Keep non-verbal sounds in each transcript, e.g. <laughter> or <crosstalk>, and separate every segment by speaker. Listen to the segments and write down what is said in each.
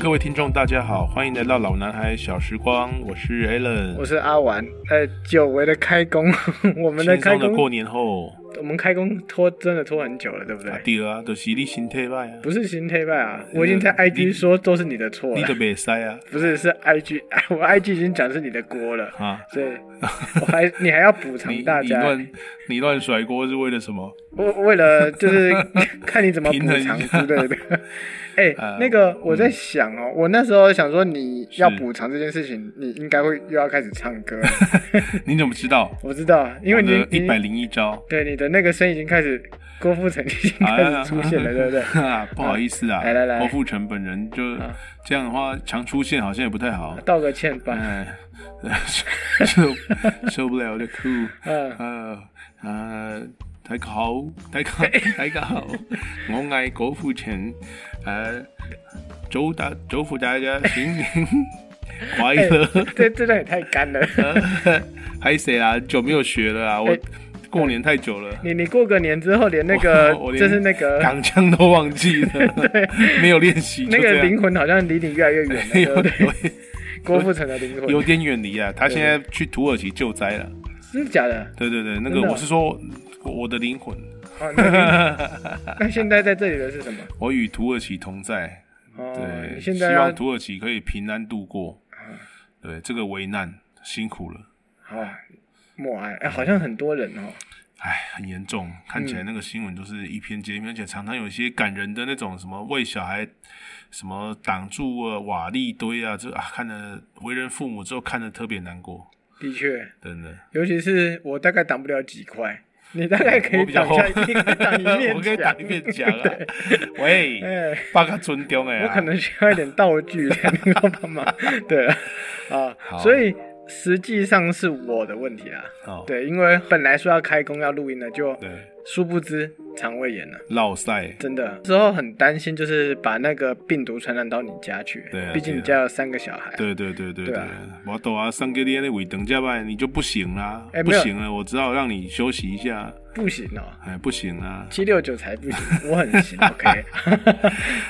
Speaker 1: 各位听众，大家好，欢迎来到老男孩小时光，我是 Alan。
Speaker 2: 我是阿玩，呃，久违的开工， <laughs> 我们的
Speaker 1: 轻
Speaker 2: 开
Speaker 1: 松的
Speaker 2: 工，
Speaker 1: 过年后，
Speaker 2: 我们开工拖真的拖很久了，对不对？
Speaker 1: 啊对啊，就是你心态歹啊，
Speaker 2: 不是新推拜啊，我已经在
Speaker 1: 你你
Speaker 2: IG 说都是你的错
Speaker 1: 你
Speaker 2: 了
Speaker 1: 都，袂使啊
Speaker 2: 不是是 IG，我 <laughs> IG 已经讲是你的锅了，
Speaker 1: 啊！ <laughs>
Speaker 2: 所以我还你还要补
Speaker 1: 你
Speaker 2: 偿大
Speaker 1: 你
Speaker 2: 家，
Speaker 1: 乱你乱甩锅是为了什么？ <laughs>
Speaker 2: 我为了就是 <laughs> 看你怎么
Speaker 1: <laughs>
Speaker 2: 补
Speaker 1: 平衡一
Speaker 2: 偿
Speaker 1: 下
Speaker 2: 之类的。 <laughs> 哎、
Speaker 1: 呃嗯
Speaker 2: 那个我在想哦，我那时候想说你要
Speaker 1: 是
Speaker 2: 补偿这件事情，你应该会又要开始唱歌
Speaker 1: <laughs>
Speaker 2: 了，
Speaker 1: 你怎么知道？
Speaker 2: 我知道，因为你
Speaker 1: 一
Speaker 2: 你
Speaker 1: 百零一
Speaker 2: <laughs>
Speaker 1: 招
Speaker 2: 对，你的那个声已经开始，郭富城已经开
Speaker 1: 哎
Speaker 2: 始出现了，对不对？
Speaker 1: 啊， <laughs> 不好意思啊，
Speaker 2: 来来来
Speaker 1: 郭富城本人就
Speaker 2: 啊
Speaker 1: 这样的话，常出现好像也不太好。
Speaker 2: 道个歉吧。
Speaker 1: 哎， <laughs>
Speaker 2: <laughs>
Speaker 1: 受受不了的哭，
Speaker 2: 嗯
Speaker 1: 呃呃，大家好，大家好， <laughs> 大家好，我嗌郭富城，呃，祝大祝福大家新年快乐。
Speaker 2: 嗯这这段也太干了。
Speaker 1: <laughs> 还谁啊？久没有学了啊，我
Speaker 2: 哎
Speaker 1: 过年太久了，
Speaker 2: 你你过个年之后，连那个
Speaker 1: <laughs> 我我连
Speaker 2: 就是那个
Speaker 1: 港腔都忘
Speaker 2: <laughs>
Speaker 1: 记了，没有练习，
Speaker 2: 那
Speaker 1: 就这
Speaker 2: 个
Speaker 1: 样
Speaker 2: 灵魂好像离你越来越远了，
Speaker 1: <laughs>
Speaker 2: 对
Speaker 1: 有
Speaker 2: 不对？
Speaker 1: 有
Speaker 2: 郭富城的灵魂，
Speaker 1: 有点远离啊，他现在去土耳其救灾了。
Speaker 2: 真的假
Speaker 1: <laughs>
Speaker 2: 的？
Speaker 1: 对对对，那
Speaker 2: 真
Speaker 1: 个
Speaker 2: 的啊
Speaker 1: 我是说我的灵魂。
Speaker 2: 哦，那你那现在在这里的是什么？
Speaker 1: 我与土耳其同在，
Speaker 2: 哦，
Speaker 1: 对，
Speaker 2: 你现在啊
Speaker 1: 希
Speaker 2: 要
Speaker 1: 望土耳其可以平安度过，对这个危难辛苦了，
Speaker 2: 哦，默哀，哎，好像很多人哦。
Speaker 1: 唉，很严重，看
Speaker 2: 嗯
Speaker 1: 起来那个新闻就是一篇接一篇，而且常常有一些感人的那种什么为小孩什么挡住啊瓦砾堆啊，这啊看了为人父母之后看的特别难过，
Speaker 2: 的确，
Speaker 1: 真的，
Speaker 2: 尤其是我大概挡不了几块，你大概可
Speaker 1: 我
Speaker 2: 以
Speaker 1: 比较
Speaker 2: 挡
Speaker 1: 厚
Speaker 2: 下，你可以挡一
Speaker 1: <laughs>
Speaker 2: 面
Speaker 1: 我可以
Speaker 2: 墙
Speaker 1: 挡一面墙
Speaker 2: <laughs>
Speaker 1: 啊，喂，
Speaker 2: 哎。
Speaker 1: 八个尊重哎、啊，
Speaker 2: 我可能需要一点道
Speaker 1: <laughs>
Speaker 2: 具才能够帮忙。对了，
Speaker 1: 好
Speaker 2: 啊，所以实际上是我的问题啦。
Speaker 1: 哦，
Speaker 2: 对，因为本来说要开工要录音的，就
Speaker 1: 对，
Speaker 2: 殊不知肠胃炎了。
Speaker 1: 绕赛，
Speaker 2: 真的，之后很担心，就是把那个病毒传染到你家去。
Speaker 1: 对啊
Speaker 2: 毕竟你
Speaker 1: 对啊
Speaker 2: 家有三个小孩。
Speaker 1: 对对对对对
Speaker 2: 对啊，
Speaker 1: 我懂啊，上个月那尾等下吧，你就不行啦，
Speaker 2: 哎
Speaker 1: 不
Speaker 2: 没有
Speaker 1: 行啊了，我只好让你休息一下，
Speaker 2: 不行哦，
Speaker 1: 哎，不行啊，
Speaker 2: 七六九才不行，我
Speaker 1: <laughs>
Speaker 2: 很行。OK，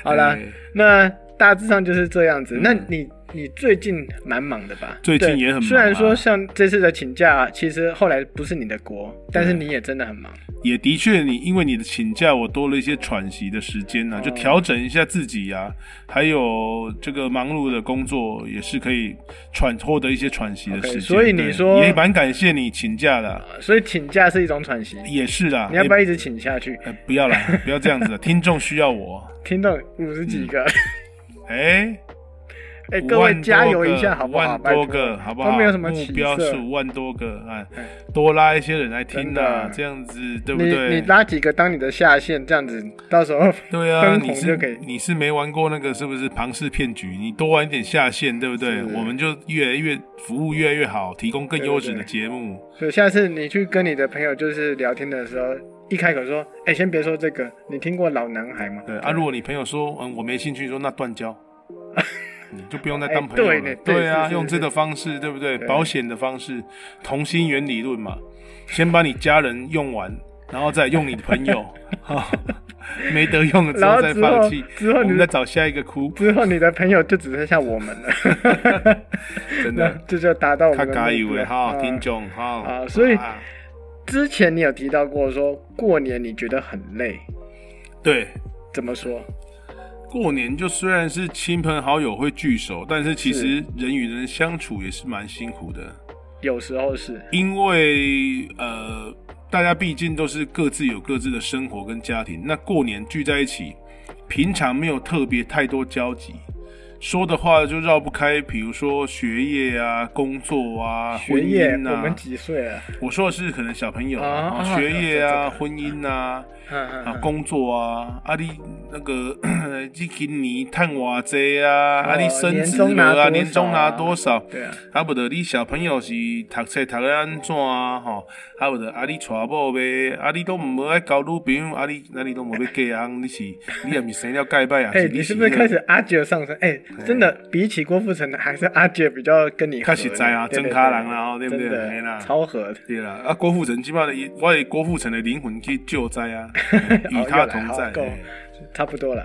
Speaker 2: 好啦
Speaker 1: 哎，
Speaker 2: 那大致上就是这样子。那你你最近蛮忙的吧？
Speaker 1: 嗯最近
Speaker 2: 对
Speaker 1: 也很忙啊
Speaker 2: 虽然说像这次的请假，其实后来不是你的锅，但是你也真的很忙。
Speaker 1: 也的确，你因为你的请假，我多了一些喘息的时间呢、
Speaker 2: 哦
Speaker 1: 就调整一下自己呀、还有这个忙碌的工作也是可以喘获得一些喘息的
Speaker 2: OK，
Speaker 1: 时间。
Speaker 2: 所以你
Speaker 1: 对
Speaker 2: 说
Speaker 1: 也蛮感谢你请假的，
Speaker 2: 呃所以请假是一种喘息。
Speaker 1: 也是啦，
Speaker 2: 你要不要
Speaker 1: 也
Speaker 2: 一直请下去？
Speaker 1: 呃不要啦，不要这样
Speaker 2: <laughs>
Speaker 1: 子，啊听众需要我，
Speaker 2: 听到五十几个，
Speaker 1: 哎、
Speaker 2: <laughs> 哎，
Speaker 1: 五
Speaker 2: 各
Speaker 1: 万
Speaker 2: 位
Speaker 1: 多
Speaker 2: 加油
Speaker 1: 个
Speaker 2: 一下，好
Speaker 1: 五
Speaker 2: 不好？
Speaker 1: 万多
Speaker 2: 拜
Speaker 1: 个，
Speaker 2: 托
Speaker 1: 好不好？
Speaker 2: 都没有什么
Speaker 1: 目
Speaker 2: 起
Speaker 1: 标
Speaker 2: 色
Speaker 1: 是五万多个，哎
Speaker 2: 哎，
Speaker 1: 多拉一些人来听
Speaker 2: 真
Speaker 1: 呐
Speaker 2: 的，啊
Speaker 1: 这样子对不
Speaker 2: 你你
Speaker 1: 对？
Speaker 2: 拉几个当你的下线，这样子，到时候 <laughs>
Speaker 1: 对啊，
Speaker 2: 分
Speaker 1: 你
Speaker 2: 红
Speaker 1: 是
Speaker 2: 就可以
Speaker 1: 你是没玩过那个是不是庞氏骗局？你多玩一点下线，对不对？
Speaker 2: 是
Speaker 1: 我们就越来越服务越来越好，提供更优质的
Speaker 2: 对对对
Speaker 1: 节目。
Speaker 2: 所以下次你去跟你的朋友就是聊天的时候，一开口说：“哎、先别说这个，你听过老男孩吗？”
Speaker 1: 对啊，如果你朋友说嗯我没兴趣，说那断
Speaker 2: <laughs>
Speaker 1: 交，你就不用再当
Speaker 2: 哎
Speaker 1: 朋友
Speaker 2: 对
Speaker 1: 了
Speaker 2: 呢。对
Speaker 1: 啊，
Speaker 2: 是是
Speaker 1: 用这
Speaker 2: 是
Speaker 1: 个方式，对不对？
Speaker 2: 对
Speaker 1: 保险的方式，同心圆理论嘛，先把你家人用完，然后再用你的朋
Speaker 2: <laughs>
Speaker 1: 友，哈没得用了之
Speaker 2: 然
Speaker 1: 后
Speaker 2: 后
Speaker 1: 再
Speaker 2: 之后
Speaker 1: 放弃，
Speaker 2: 之后
Speaker 1: 我们
Speaker 2: 你
Speaker 1: 再找下一个哭，
Speaker 2: 之后你的朋友就只剩下我们了，
Speaker 1: 真
Speaker 2: 那
Speaker 1: 的。
Speaker 2: 这 <laughs> 就达到我
Speaker 1: 他
Speaker 2: 们的
Speaker 1: 嘎以
Speaker 2: 目
Speaker 1: 为
Speaker 2: 标
Speaker 1: 哈，
Speaker 2: 啊
Speaker 1: 听众哈
Speaker 2: 啊所以
Speaker 1: 啊
Speaker 2: 之前你有提到过说过年你觉得很累，
Speaker 1: 对
Speaker 2: 怎么说？
Speaker 1: 过年就虽然是亲朋好友会聚首，但是其实人与人相处也是蛮辛苦的。
Speaker 2: 有时候是
Speaker 1: 因为呃，大家毕竟都是各自有各自的生活跟家庭，那过年聚在一起，平常没有特别太多交集。说的话就绕不开，比如说学业啊、工作啊、婚
Speaker 2: 学业，
Speaker 1: 姻
Speaker 2: 我
Speaker 1: 啊。
Speaker 2: 们几岁了？
Speaker 1: 我说的是可能小朋友
Speaker 2: 啊
Speaker 1: 啊，
Speaker 2: 啊
Speaker 1: 学业啊、
Speaker 2: 这个
Speaker 1: 婚姻啊、
Speaker 2: 嗯嗯
Speaker 1: 啊
Speaker 2: 嗯，
Speaker 1: 工作啊，啊你那个 <clears throat> 你今年探偌济啊，啊
Speaker 2: 哦
Speaker 1: 你升
Speaker 2: 年
Speaker 1: 职
Speaker 2: 终拿
Speaker 1: 了啊，
Speaker 2: 多少啊
Speaker 1: 年终拿多少？
Speaker 2: 对啊，
Speaker 1: 啊，不得你小朋友是读册读得安怎啊？吼，啊不得啊你娶某呗，啊你都唔爱交女朋友，啊你那你都无要嫁人，你是你也毋生了介歹啊？
Speaker 2: <laughs> 哎、你是不是
Speaker 1: 那
Speaker 2: 开始阿杰上升？哎、真的，比起郭富城，还是阿杰比较跟你合
Speaker 1: 较实在啊
Speaker 2: 对对
Speaker 1: 真
Speaker 2: 对
Speaker 1: 卡人啊哦对不对
Speaker 2: 真的
Speaker 1: 嘿啦
Speaker 2: 超合的。
Speaker 1: 对啦？啊
Speaker 2: <laughs>
Speaker 1: 郭富城基本上我以郭富城的灵魂去救灾啊，嘿与
Speaker 2: 好
Speaker 1: 他
Speaker 2: 哦又来
Speaker 1: 同
Speaker 2: 好
Speaker 1: 在。
Speaker 2: 够
Speaker 1: 嘿
Speaker 2: 差不
Speaker 1: <laughs>
Speaker 2: 多了。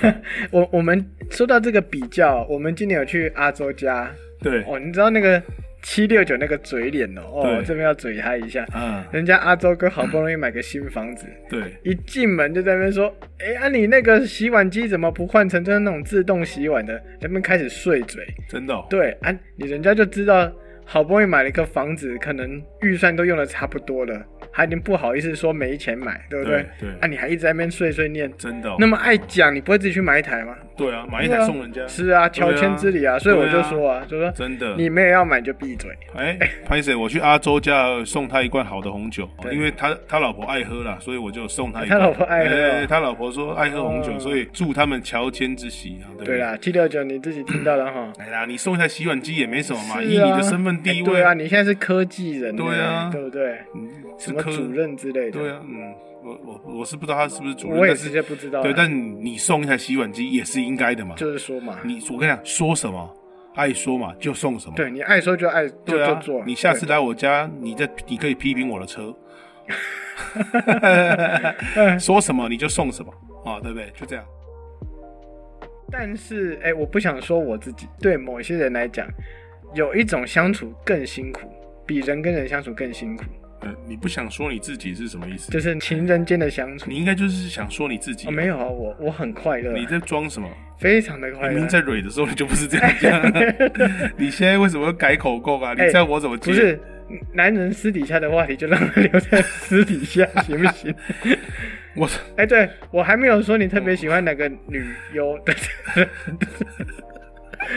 Speaker 1: 呃
Speaker 2: 我我们说到这个比较，我们今年有去阿周家
Speaker 1: 对，
Speaker 2: 哦，你知道那个七六九那个嘴脸哦，哦
Speaker 1: 对，
Speaker 2: 这边要嘴他一下。
Speaker 1: 嗯，
Speaker 2: 人家阿周哥好不容易买个新房子，
Speaker 1: 对，
Speaker 2: 一进门就在那边说：“哎、啊你那个洗碗机怎么不换成就是那种自动洗碗的？”在那边开始碎嘴。
Speaker 1: 真的哦、
Speaker 2: 对啊，你人家就知道，好不容易买了一个房子，可能预算都用的差不多了，还已经不好意思说没钱买，对不对？
Speaker 1: 对对
Speaker 2: 啊，你还一直在那边碎碎念，
Speaker 1: 真的哦、
Speaker 2: 那么爱讲，你不会自己去买一台吗？
Speaker 1: 对啊，买一
Speaker 2: 对
Speaker 1: 台
Speaker 2: 啊
Speaker 1: 送人家，
Speaker 2: 是啊，
Speaker 1: 对啊
Speaker 2: 乔迁之礼啊，所以我就说啊，就说
Speaker 1: 真的。
Speaker 2: 你没有要买就闭嘴。
Speaker 1: 哎，拍谁？我去阿周家送他一罐好的红酒，
Speaker 2: 对
Speaker 1: 因为他他老婆爱喝啦，所以我就送他一
Speaker 2: 他
Speaker 1: 罐。
Speaker 2: 老婆爱喝哦
Speaker 1: 哎他老婆说爱喝红酒，
Speaker 2: 哦
Speaker 1: 所以祝他们乔迁之喜啊，对不
Speaker 2: 对
Speaker 1: 对？
Speaker 2: 啦，七六九你自己听到了哈。
Speaker 1: 哎啦，你送一台洗碗机也没什么嘛，
Speaker 2: 是啊
Speaker 1: 以你的身份地
Speaker 2: 哎
Speaker 1: 位
Speaker 2: 对啊，，你现在是科技人呢，
Speaker 1: 对啊
Speaker 2: 对不对？
Speaker 1: 嗯是
Speaker 2: 什么
Speaker 1: 科
Speaker 2: 主任之类的，
Speaker 1: 对啊，嗯，我我我是不知道他是不是主任，
Speaker 2: 我也
Speaker 1: 但
Speaker 2: 直
Speaker 1: 是
Speaker 2: 接不知道啊。
Speaker 1: 对，但你送一台洗碗机也是应该的嘛。
Speaker 2: 就是说嘛，
Speaker 1: 你我跟你讲，说什么爱说嘛，就送什么。
Speaker 2: 对你爱说就爱，就
Speaker 1: 对
Speaker 2: 就
Speaker 1: 啊
Speaker 2: 做。，
Speaker 1: 你下次
Speaker 2: 对
Speaker 1: 来我家，你再你可以批评我的
Speaker 2: <laughs>
Speaker 1: 车，说什么你就送什么啊，对不对？就这样。
Speaker 2: 但是，哎、我不想说我自己。对某些人来讲，有一种相处更辛苦，比人跟人相处更辛苦，
Speaker 1: 嗯，你不想说你自己是什么意思？
Speaker 2: 就是情人间的相处
Speaker 1: 你。应该就是想说你自己啊。
Speaker 2: 哦、没有啊，我我很快乐啊，
Speaker 1: 你在装什么？
Speaker 2: 非常的
Speaker 1: 明
Speaker 2: 快乐啊
Speaker 1: 明。在蕊的时候你就不是这样讲，你现在为什么要改口供啊？你
Speaker 2: 哎
Speaker 1: 猜我怎么接？
Speaker 2: 不是男人私底下的话题，就让它留在私底下，行不行？ <laughs>
Speaker 1: 我
Speaker 2: 哎、对我还没有说你特别喜欢哪个女优。 <laughs>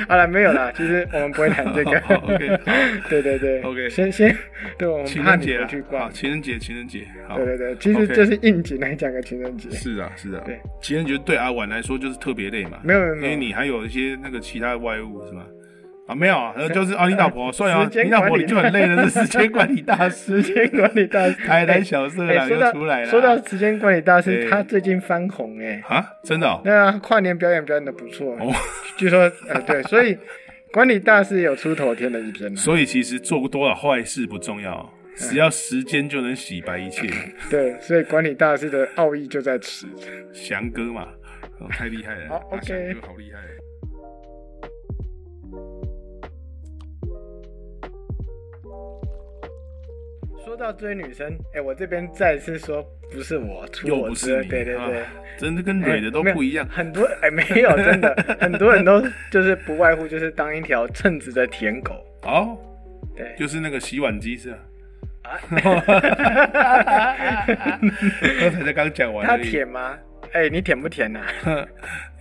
Speaker 2: 好了，没有啦，其实我们不会谈这个。
Speaker 1: 好，OK，好
Speaker 2: <laughs> 对对对
Speaker 1: OK
Speaker 2: 先先，对我们
Speaker 1: 情
Speaker 2: 怕
Speaker 1: 人
Speaker 2: 你
Speaker 1: 节
Speaker 2: 不
Speaker 1: 啊
Speaker 2: 去，逛
Speaker 1: 好，。情人节，情人节，好
Speaker 2: 对对对，其实
Speaker 1: OK
Speaker 2: 就是应景来讲个情人节。
Speaker 1: 是啊，是啊，
Speaker 2: 对，
Speaker 1: 情人节对阿婉来说就是特别累嘛，
Speaker 2: 没有没有
Speaker 1: 因
Speaker 2: 没有
Speaker 1: 为你还有一些那个其他的外务是吗？啊，没有啊，呃就是啊，你老婆算啊
Speaker 2: 哎时，间
Speaker 1: 你老婆
Speaker 2: 管理
Speaker 1: 你就很累
Speaker 2: <laughs>
Speaker 1: 了，是时间管理大师，
Speaker 2: 时间管理大师，
Speaker 1: 台南小色
Speaker 2: 哎
Speaker 1: 狼
Speaker 2: 说
Speaker 1: 又
Speaker 2: 到
Speaker 1: 出来了，
Speaker 2: 说到时间管理大师，
Speaker 1: 对
Speaker 2: 他最近翻红哎，
Speaker 1: 啊，真的哦，
Speaker 2: 对啊，跨年表演表演的不错
Speaker 1: 哦，
Speaker 2: <laughs> 据说呃对，所以管理大师有出头天的一天了。
Speaker 1: 所以其实做多少坏事不重要，哦
Speaker 2: 哎
Speaker 1: 只要时间就能洗白一切，
Speaker 2: 对，所以管理大师的奥义就在此。
Speaker 1: 翔哥嘛，哦太厉害了，
Speaker 2: 好
Speaker 1: 啊
Speaker 2: OK
Speaker 1: 翔哥好厉害。
Speaker 2: 说到追女生，哎，我这边再次说，不是我出
Speaker 1: 又
Speaker 2: 我
Speaker 1: 不
Speaker 2: 之
Speaker 1: 是
Speaker 2: 恩，
Speaker 1: 你，
Speaker 2: 对对对
Speaker 1: 啊。真的跟蕊的都
Speaker 2: 哎没有
Speaker 1: 不一样。
Speaker 2: 很多哎、没有，真的
Speaker 1: <laughs>
Speaker 2: 很多人都就是不外乎就是当一条称职的舔
Speaker 1: <laughs>
Speaker 2: 狗，
Speaker 1: 哦，
Speaker 2: 对，
Speaker 1: 就是那个洗碗机
Speaker 2: <laughs>
Speaker 1: 是吧？刚才才刚讲完
Speaker 2: 他
Speaker 1: 而已，
Speaker 2: 舔吗？哎、你舔不舔呢、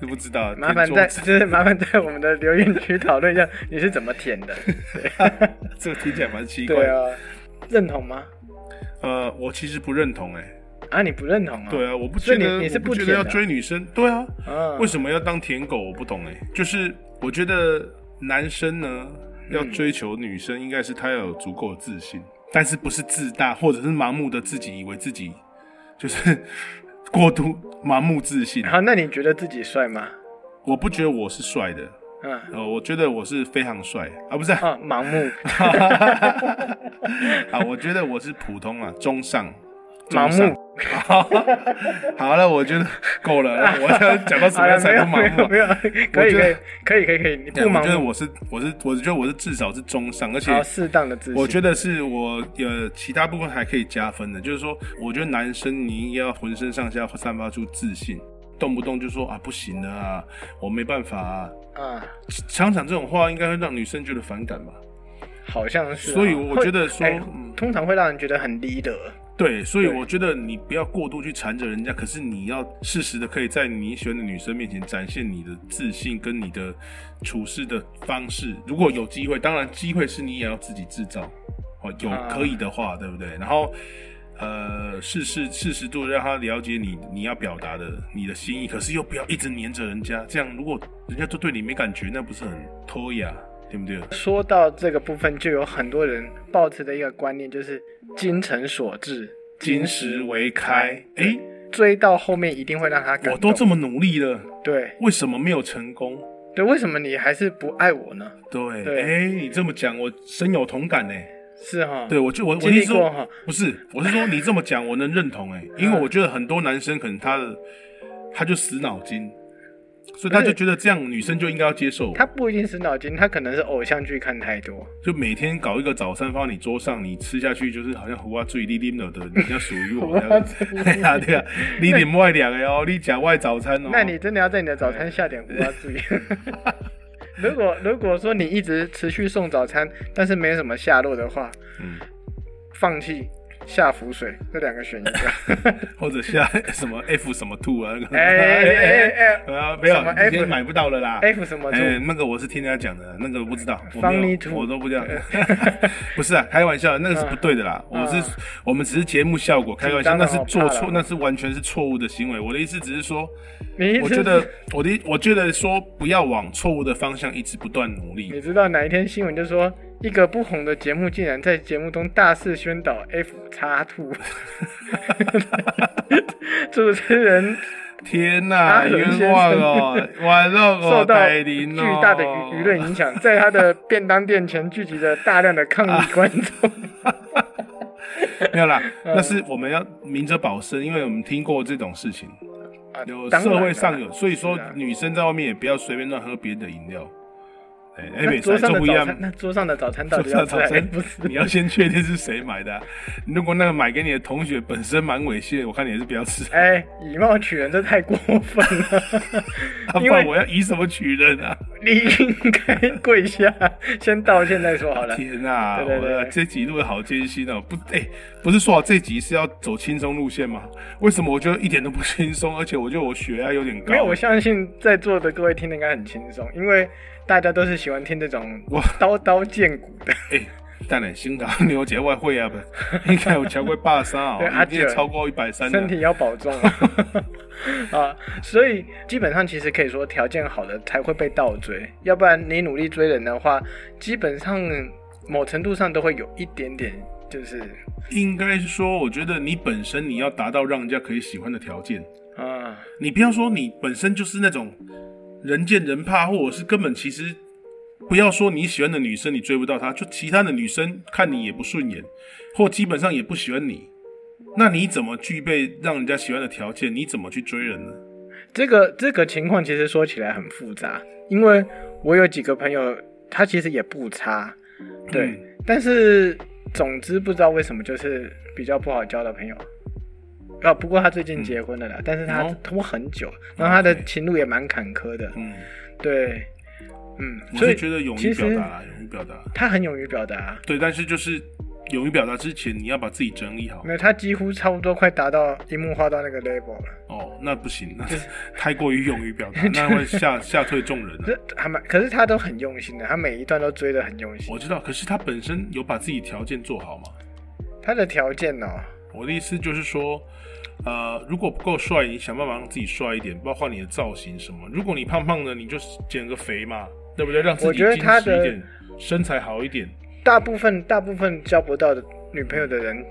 Speaker 1: 都不知道。
Speaker 2: 麻烦
Speaker 1: 听
Speaker 2: 在
Speaker 1: 说
Speaker 2: 就是麻烦在我们的留言区讨论一下你是怎么舔的，
Speaker 1: <laughs> 这个听起来蛮奇怪
Speaker 2: 对
Speaker 1: 的。
Speaker 2: 啊，认同吗？
Speaker 1: 呃，我其实不认同哎、
Speaker 2: 啊，你不认同啊？
Speaker 1: 对啊，我不
Speaker 2: 所
Speaker 1: 觉
Speaker 2: 以你
Speaker 1: 得，
Speaker 2: 你是
Speaker 1: 我不
Speaker 2: 不
Speaker 1: 觉得
Speaker 2: 舔
Speaker 1: 要
Speaker 2: 的
Speaker 1: 追女生，对啊，
Speaker 2: 啊，
Speaker 1: 为什么要当舔狗？我不懂哎、就是我觉得男生呢要追求女生，应该是他要有足够的自信，但是不是自大，或者是盲目的自己以为自己就是过度盲目自
Speaker 2: <laughs>
Speaker 1: 信。
Speaker 2: 好，那你觉得自己帅吗？
Speaker 1: 我不觉得我是帅的，
Speaker 2: 嗯、
Speaker 1: 呃，我觉得我是非常帅啊，不是啊，
Speaker 2: 啊，盲目，
Speaker 1: <laughs> 啊我觉得我是普通啊，中上，
Speaker 2: 盲
Speaker 1: 中
Speaker 2: 目
Speaker 1: 上。 <laughs> 好，好了，我觉得够了，我要讲到什
Speaker 2: 好
Speaker 1: 么样
Speaker 2: 了，没
Speaker 1: 才
Speaker 2: 有
Speaker 1: 不
Speaker 2: 没
Speaker 1: 盲目
Speaker 2: 有
Speaker 1: 啊
Speaker 2: 没？有，可以
Speaker 1: 我觉得
Speaker 2: 可以可以可以可以，你不
Speaker 1: 对我
Speaker 2: 盲
Speaker 1: 觉得
Speaker 2: 目，
Speaker 1: 我是我是我觉得我是至少是中上，而且
Speaker 2: 好，适当的自信，
Speaker 1: 我觉得是我呃其他部分还可以加分的，就是说，我觉得男生你也要浑身上下散发出自信，动不动就说啊不行了啊，我没办法啊，
Speaker 2: 啊。
Speaker 1: 常常这种话应该会让女生觉得反感吧？
Speaker 2: 好像是啊、
Speaker 1: 所以我
Speaker 2: 会
Speaker 1: 觉得说
Speaker 2: 哎
Speaker 1: 嗯
Speaker 2: 通常会让人觉得很 leader。
Speaker 1: 对，所以
Speaker 2: 对
Speaker 1: 我觉得你不要过度去缠着人家，可是你要适时的可以在你喜欢的女生面前展现你的自信跟你的处事的方式。如果有机会，当然机会是你也要自己制造，哦，有
Speaker 2: 啊
Speaker 1: 可以的话，对不对？然后。呃，适时适时度地让他了解你你要表达的你的心意，可是又不要一直黏着人家，这样如果人家就对你没感觉，那不是很拖呀，对不对？
Speaker 2: 说到这个部分，就有很多人抱持的一个观念就是“精诚所至，
Speaker 1: 金石为开，哎、
Speaker 2: 追到后面一定会让他感动。
Speaker 1: 我都这么努力了，
Speaker 2: 对
Speaker 1: 为什么没有成功？
Speaker 2: 对，为什么你还是不爱我呢？
Speaker 1: 对，
Speaker 2: 对
Speaker 1: 哎、你这么讲，我深有同感呢。
Speaker 2: 是哈，
Speaker 1: 对，我就我我
Speaker 2: 经历
Speaker 1: 意思
Speaker 2: 过
Speaker 1: 说
Speaker 2: 嗯哈， <laughs>
Speaker 1: 不是，我是说你这么讲，我能认同哎，因为我觉得很多男生可能他的他就死脑筋，所以他就觉得这样女生就应该要接受我。
Speaker 2: 他不一定死脑筋，他可能是偶像剧看太多。
Speaker 1: 就每天搞一个早餐放在你桌上，你吃下去就是好像胡啊醉哩哩了的，你要属于我这样子。 <laughs> 对啊对啊，你点外两个哦，你讲外早餐哦。
Speaker 2: 那你真的要在你的早餐下点胡椒注意。 <laughs> 如果如果说你一直持续送早餐，但是没什么下落的话，
Speaker 1: 嗯，
Speaker 2: 放弃下浮水这两个选一
Speaker 1: <laughs>
Speaker 2: 个。
Speaker 1: 或者下 <laughs> 什么 F 什么 two 啊？那个
Speaker 2: 哎哎哎哎
Speaker 1: <laughs>
Speaker 2: 哎
Speaker 1: 啊，没有
Speaker 2: 什么，
Speaker 1: 今
Speaker 2: F？
Speaker 1: 天买不到了啦。
Speaker 2: F 什么 two？
Speaker 1: 哎，那个我是听人家讲的，那个不知道，我
Speaker 2: Funny
Speaker 1: 没有，
Speaker 2: too
Speaker 1: 我都不知
Speaker 2: <laughs>
Speaker 1: 道。 <laughs> 不是啊，开玩笑，那个是不对的啦。我是我们只是节目效果开玩笑，
Speaker 2: 嗯紧张了
Speaker 1: 那是
Speaker 2: 我怕
Speaker 1: 做
Speaker 2: 了
Speaker 1: 错，那是完全是错误的行为。我的意思只是说，
Speaker 2: 你一直
Speaker 1: 我觉得我的我觉得说不要往错误的方向一直不断努力
Speaker 2: <laughs> 你。知道哪一天新闻就说一个不红的节目竟然在节目中大肆宣导 F
Speaker 1: <laughs>
Speaker 2: 叉 two，主持人
Speaker 1: 天哪，
Speaker 2: 阿伦先生
Speaker 1: 冤枉
Speaker 2: <laughs>
Speaker 1: 哦！完了我
Speaker 2: 受到
Speaker 1: 百
Speaker 2: 巨
Speaker 1: 灵哦，
Speaker 2: 大的舆舆论影响，在他的便当店前聚集着大量的抗议观众。
Speaker 1: 没有啦，
Speaker 2: 嗯
Speaker 1: 那是我们要明哲保身，因为我们听过这种事情，
Speaker 2: 啊
Speaker 1: <laughs> 有
Speaker 2: 当然
Speaker 1: 社
Speaker 2: 了
Speaker 1: 会上有，所以说
Speaker 2: 是啊
Speaker 1: 女生在外面也不要随便乱喝别人的饮料。哎，哎，
Speaker 2: 那
Speaker 1: 没
Speaker 2: 桌
Speaker 1: 事，
Speaker 2: 上
Speaker 1: 这
Speaker 2: 的
Speaker 1: 不一
Speaker 2: 早
Speaker 1: 样
Speaker 2: 餐，。那桌上的早
Speaker 1: <laughs>
Speaker 2: 餐
Speaker 1: 桌
Speaker 2: 到底
Speaker 1: 上
Speaker 2: 要
Speaker 1: 早
Speaker 2: 吃还是
Speaker 1: 餐
Speaker 2: 不吃？
Speaker 1: 你要先确定是谁买的啊、如果那个买给你的同学本身蛮猥亵，我看你还是不要吃。啊
Speaker 2: 哎，以貌取人这太过分了，
Speaker 1: 啊不
Speaker 2: <laughs> 因为
Speaker 1: 然我要以什么取人啊？
Speaker 2: 你应该跪下，先道歉再说
Speaker 1: <laughs>
Speaker 2: 好了。
Speaker 1: 天啊，
Speaker 2: 对对对
Speaker 1: 我这集录的好艰辛哦！不，哎、不是说好这集是要走轻松路线吗？为什么我觉得一点都不轻松？而且我觉得我血压有点高。
Speaker 2: 没有，我相信在座的各位听的应该很轻松，因为大家都是喜欢听这种
Speaker 1: 哇
Speaker 2: 刀刀见骨的。
Speaker 1: 哎，当然新塘 <laughs> 牛节外汇啊，不，应该有超过八三
Speaker 2: <laughs> 对阿
Speaker 1: 哦，一定
Speaker 2: 姐
Speaker 1: 超过一百三
Speaker 2: 身
Speaker 1: 的。
Speaker 2: 体要保重啊啊！所以基本上其实可以说，条件好的才会被倒追，要不然你努力追人的话，基本上某程度上都会有一点点就是
Speaker 1: 应该是说，我觉得你本身你要达到让人家可以喜欢的条件，
Speaker 2: 啊，
Speaker 1: 你不要说你本身就是那种人见人怕，或者是根本其实不要说你喜欢的女生你追不到她，就其他的女生看你也不顺眼，或基本上也不喜欢你，那你怎么具备让人家喜欢的条件？你怎么去追人呢？
Speaker 2: 这个这个情况其实说起来很复杂，因为我有几个朋友，他其实也不差，对，
Speaker 1: 嗯
Speaker 2: 但是总之不知道为什么就是比较不好交的朋友。啊，不过他最近结婚了啦，但是他
Speaker 1: 哦
Speaker 2: 拖很久，然后他的
Speaker 1: OK
Speaker 2: 情路也蛮坎坷的，
Speaker 1: 嗯，
Speaker 2: 对，嗯，
Speaker 1: 我
Speaker 2: 所以
Speaker 1: 是觉得勇于
Speaker 2: 其实
Speaker 1: 表达啦，勇于表达。
Speaker 2: 他很勇于表达，
Speaker 1: 对，但是就是勇于表达之前，你要把自己整理好。
Speaker 2: 没有他几乎差不多快达到樱木花道那个 level 了，
Speaker 1: 哦，那不行，那 <laughs> 太过于勇于表
Speaker 2: <laughs>
Speaker 1: 达，那会吓吓退众人、啊。
Speaker 2: 这还蛮，可是他都很用心的，他每一段都追得很用心
Speaker 1: 我，知道，可是他本身有把自己条件做好嘛？
Speaker 2: 他的条件呢、哦
Speaker 1: 我的意思就是说，呃，如果不够帅，你想办法让自己帅一点，包括你的造型什么。如果你胖胖的，你就减个肥嘛，对不对？让自
Speaker 2: 我
Speaker 1: 己
Speaker 2: 觉得
Speaker 1: 精
Speaker 2: 他
Speaker 1: 实一
Speaker 2: 的
Speaker 1: 点，身材好一点。
Speaker 2: 大部分大部分交不到的女朋友的人，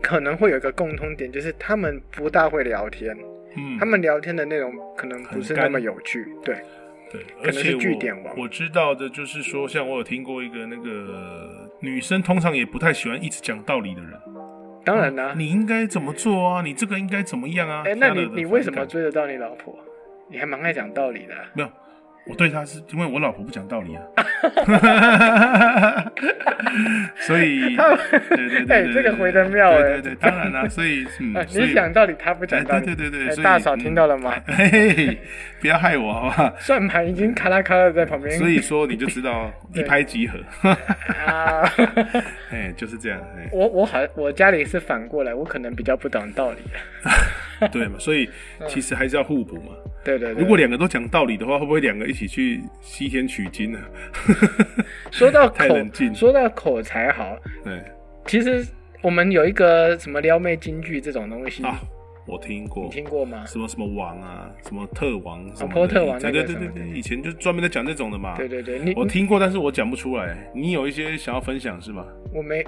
Speaker 2: 可能会有一个共通点，就是他们不大会聊天，
Speaker 1: 嗯，
Speaker 2: 他们聊天的内容可能不是
Speaker 1: 很干
Speaker 2: 那么有趣。对，
Speaker 1: 对，
Speaker 2: 能
Speaker 1: 而且
Speaker 2: 是
Speaker 1: 我
Speaker 2: 据点王
Speaker 1: 我知道的就是说，像我有听过一个那个女生，通常也不太喜欢一直讲道理的人。
Speaker 2: 当然 <laughs> 啦、
Speaker 1: 嗯你应该怎么做啊？你这个应该怎么样啊？
Speaker 2: 哎、那
Speaker 1: 这
Speaker 2: 你
Speaker 1: 样的
Speaker 2: 你
Speaker 1: 反
Speaker 2: 为什么
Speaker 1: 感
Speaker 2: 追得到你老婆？你还蛮爱讲道理的啊、
Speaker 1: 没有？我对她是因为我老婆不讲道理啊，
Speaker 2: <laughs>
Speaker 1: 所以对对对
Speaker 2: 哎
Speaker 1: 对，
Speaker 2: 这个
Speaker 1: 对
Speaker 2: 回得妙哎
Speaker 1: 对对对，当然
Speaker 2: <laughs>
Speaker 1: 啦，所以嗯
Speaker 2: 哎，
Speaker 1: 所以
Speaker 2: 你讲道理，他不
Speaker 1: 哎
Speaker 2: 讲道理。
Speaker 1: 对对对
Speaker 2: 哎
Speaker 1: 对，所以
Speaker 2: 大嫂听到了吗？
Speaker 1: 嗯嘿嘿嘿，不要害我好吧？
Speaker 2: 算盘已经咔啦咔啦地在旁边。
Speaker 1: 所以说你就知道一拍即合， <laughs>
Speaker 2: 啊， <laughs>
Speaker 1: 哎，就是这样，哎。
Speaker 2: 我我好，我家里是反过来，我可能比较不懂道理。啊
Speaker 1: 对嘛，所以其实还是要互补嘛。
Speaker 2: 对嗯对对。
Speaker 1: 如果两个都讲道理的话，会不会两个一起去西天取经啊呢、
Speaker 2: 说到口
Speaker 1: 太冷静，
Speaker 2: 说到口才好，
Speaker 1: 对
Speaker 2: 其实我们有一个什么撩妹金句这种东西，
Speaker 1: 啊，我听过
Speaker 2: 你，听过吗？
Speaker 1: 什么什么王啊，什么特王什么的
Speaker 2: 波特王
Speaker 1: 对
Speaker 2: 那
Speaker 1: 对
Speaker 2: 个
Speaker 1: 对
Speaker 2: 什
Speaker 1: 对
Speaker 2: 么的
Speaker 1: 对，以前就是专门在讲这种的嘛。
Speaker 2: 对对对，你
Speaker 1: 我听过，但是我讲不出来。你有一些想要分享是吧？
Speaker 2: 我没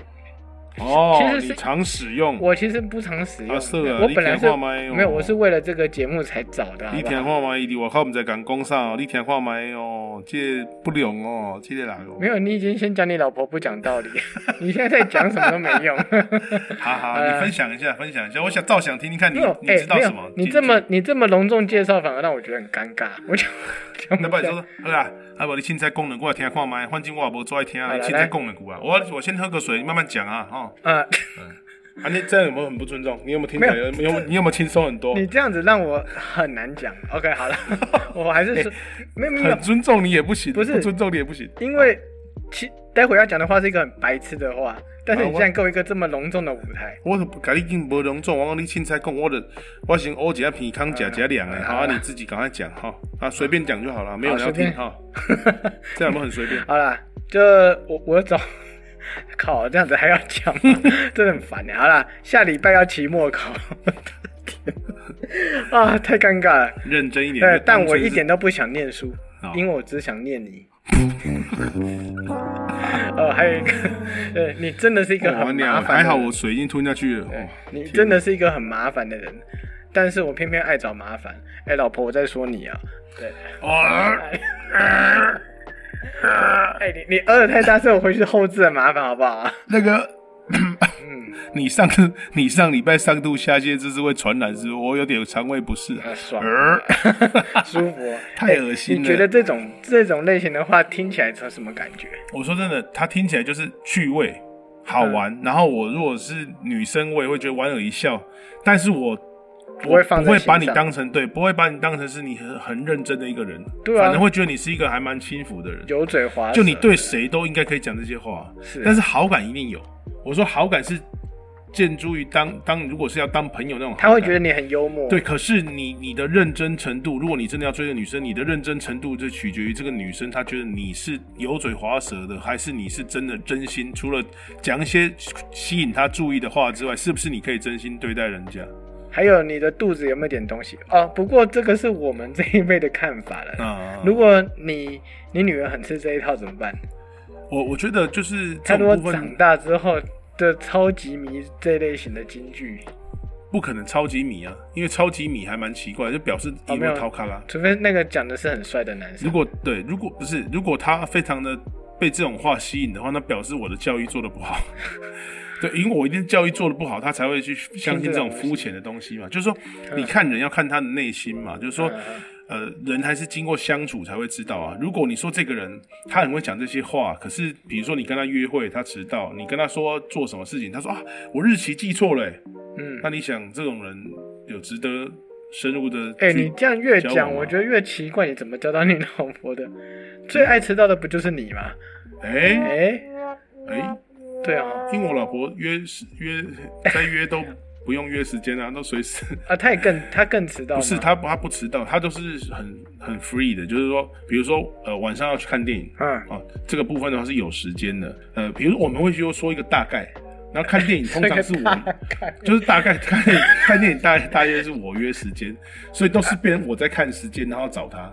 Speaker 1: 哦
Speaker 2: 其实，是
Speaker 1: 你常使用，
Speaker 2: 我其实不常使用
Speaker 1: 啊是啊，
Speaker 2: 我
Speaker 1: 你
Speaker 2: 本来
Speaker 1: 听
Speaker 2: 是
Speaker 1: 话麦哦
Speaker 2: 没有，我是为了这个节目才找的，好
Speaker 1: 你
Speaker 2: 不
Speaker 1: 听
Speaker 2: 好？
Speaker 1: 看麦，你外口毋知讲讲啥哦，你听看麦哦，这个不良哦，这个人哦，
Speaker 2: 没有，你已经先讲你老婆不讲道理， <laughs> 你现在在讲什么都没用。
Speaker 1: 好好，
Speaker 2: 呃
Speaker 1: 你分享一下，分享一下，我想照想听听 <laughs> 看你
Speaker 2: 没有，
Speaker 1: 你
Speaker 2: 哎、
Speaker 1: 知道
Speaker 2: 没
Speaker 1: 什么
Speaker 2: 有，？你
Speaker 1: 这
Speaker 2: 这么你这么隆重介绍，反而让我觉得很尴尬。我讲，讲
Speaker 1: 那
Speaker 2: 不
Speaker 1: 不然
Speaker 2: 下
Speaker 1: 你说，好啦，啊无你凊彩讲两句来听看麦，反正我也无最爱听，
Speaker 2: 好啦
Speaker 1: 你凊彩讲两句啊。我我先喝个水，你慢慢讲啊，哦。
Speaker 2: 呃， <laughs>
Speaker 1: 啊，你这样有没有很不尊重？你有没有听起来
Speaker 2: 没
Speaker 1: 有有没有你有没有轻松很多？
Speaker 2: 你这样子让我很难讲。OK，
Speaker 1: <laughs>
Speaker 2: 好了，我还是说，没有没有
Speaker 1: 哎很，尊重你也不行，
Speaker 2: 不是
Speaker 1: 尊重你也不行。
Speaker 2: 因为其待会要讲的话是一个很白痴的话，但是
Speaker 1: 啊
Speaker 2: 你
Speaker 1: 我
Speaker 2: 现在给我一个这么隆重的舞台，
Speaker 1: 我甲你已经无隆重，我讲你凊彩讲，我的我先挖一下鼻腔，食一下凉的，好，啊你自己赶快讲哈，啊随便讲就好了，没有人要听哈， <laughs> 这样有没有很随便？
Speaker 2: 好啦，就我我找， <laughs> 靠，这样子还要讲， <laughs> 真的很烦欸好啦，下礼拜要期末考， <laughs> 我的天啊，太尴尬了。
Speaker 1: 认真一点。
Speaker 2: 对
Speaker 1: 就，当
Speaker 2: 但我
Speaker 1: 成是
Speaker 2: 一点都不想念书
Speaker 1: 好，
Speaker 2: 因为我只想念你。 <laughs> 呃，还有一个，对你真的是一个
Speaker 1: 哦
Speaker 2: 很
Speaker 1: 完了
Speaker 2: 麻烦的
Speaker 1: 还
Speaker 2: 人，
Speaker 1: 好我水已经吞下去了。哦
Speaker 2: 你真的是一个很麻烦的人，但是我偏偏爱找麻烦。哎、老婆，我在说你啊。对，
Speaker 1: 哦，
Speaker 2: 哎、你你饿的太大声，我回去后置很麻烦，好不好？
Speaker 1: 那个，
Speaker 2: 嗯
Speaker 1: <laughs> 你上次你上礼拜上吐下泻，这是会传染，是不是？我有点肠胃不适啊
Speaker 2: 啊，爽，
Speaker 1: 呃
Speaker 2: 舒服。
Speaker 1: <laughs>
Speaker 2: 哎
Speaker 1: 太恶心了
Speaker 2: 你觉得这种这种类型的话听起来是什么感觉？
Speaker 1: 我说真的，它听起来就是趣味好
Speaker 2: 嗯
Speaker 1: 玩。然后我如果是女生，我也会觉得莞尔一笑，但是我。
Speaker 2: 不会放在
Speaker 1: 不会
Speaker 2: 心
Speaker 1: 把你
Speaker 2: 上
Speaker 1: 当成对，不会把你当成是你很很认真的一个人，
Speaker 2: 对啊
Speaker 1: 反正会觉得你是一个还蛮轻浮的人。
Speaker 2: 油嘴滑舌，
Speaker 1: 就你对谁都应该可以讲这些话，
Speaker 2: 是
Speaker 1: 但是好感一定有。我说好感是建诸于当当，如果是要当朋友那种好感，
Speaker 2: 他会觉得你很幽默。
Speaker 1: 对。可是你你的认真程度，如果你真的要追的女生，你的认真程度就取决于这个女生她觉得你是油嘴滑舌的，还是你是真的真心。除了讲一些吸引她注意的话之外，是不是你可以真心对待人家？
Speaker 2: 还有你的肚子有没有点东西？哦，不过这个是我们这一辈的看法了。
Speaker 1: 啊、
Speaker 2: 如果你你女儿很吃这一套怎么办？
Speaker 1: 我我觉得就是这
Speaker 2: 她如
Speaker 1: 种
Speaker 2: 果
Speaker 1: 部
Speaker 2: 长
Speaker 1: 分
Speaker 2: 大之后的超级迷这类型的京剧，
Speaker 1: 不可能超级米啊，因为超级米还蛮奇怪，就表示
Speaker 2: 哦
Speaker 1: 你
Speaker 2: 没有
Speaker 1: 会逃卡啦。
Speaker 2: 除非那个讲的是很帅的男生
Speaker 1: 如。果对，如果不是，如果他非常的被这种话吸引的话，那表示我的教育做的不好。 <laughs> 对，因为我一定教育做的不好，他才会去相信这种肤浅的东西嘛。就是说，
Speaker 2: 嗯
Speaker 1: 你看人要看他的内心嘛。就是说，呃，人还是经过相处才会知道啊。如果你说这个人他很会讲这些话，可是比如说你跟他约会，他迟到，你跟他说做什么事情，他说啊，我日期记错了欸、
Speaker 2: 嗯，
Speaker 1: 那你想这种人有值得深入的？
Speaker 2: 哎、你这样越
Speaker 1: 交
Speaker 2: 讲，
Speaker 1: 往吗
Speaker 2: 我觉得越奇怪，你怎么交到你老婆的？最爱迟到的不就是你吗？哎、
Speaker 1: 哎哎。
Speaker 2: 对哦，
Speaker 1: 因为我老婆约时约再约都不用约时间啊，都随时。
Speaker 2: 啊，他也更他更迟到吗，
Speaker 1: 不是她不她不迟到，她都是很很 free 的，就是说，比如说呃晚上要去看电影，
Speaker 2: 嗯，
Speaker 1: 啊，这个部分的话是有时间的。呃，比如我们会说说一个大概，然后看电影通常
Speaker 2: <laughs>
Speaker 1: 是我，就是大概看电影看电影大大约是我约时间，所以都是变成我在看时间，然后找她，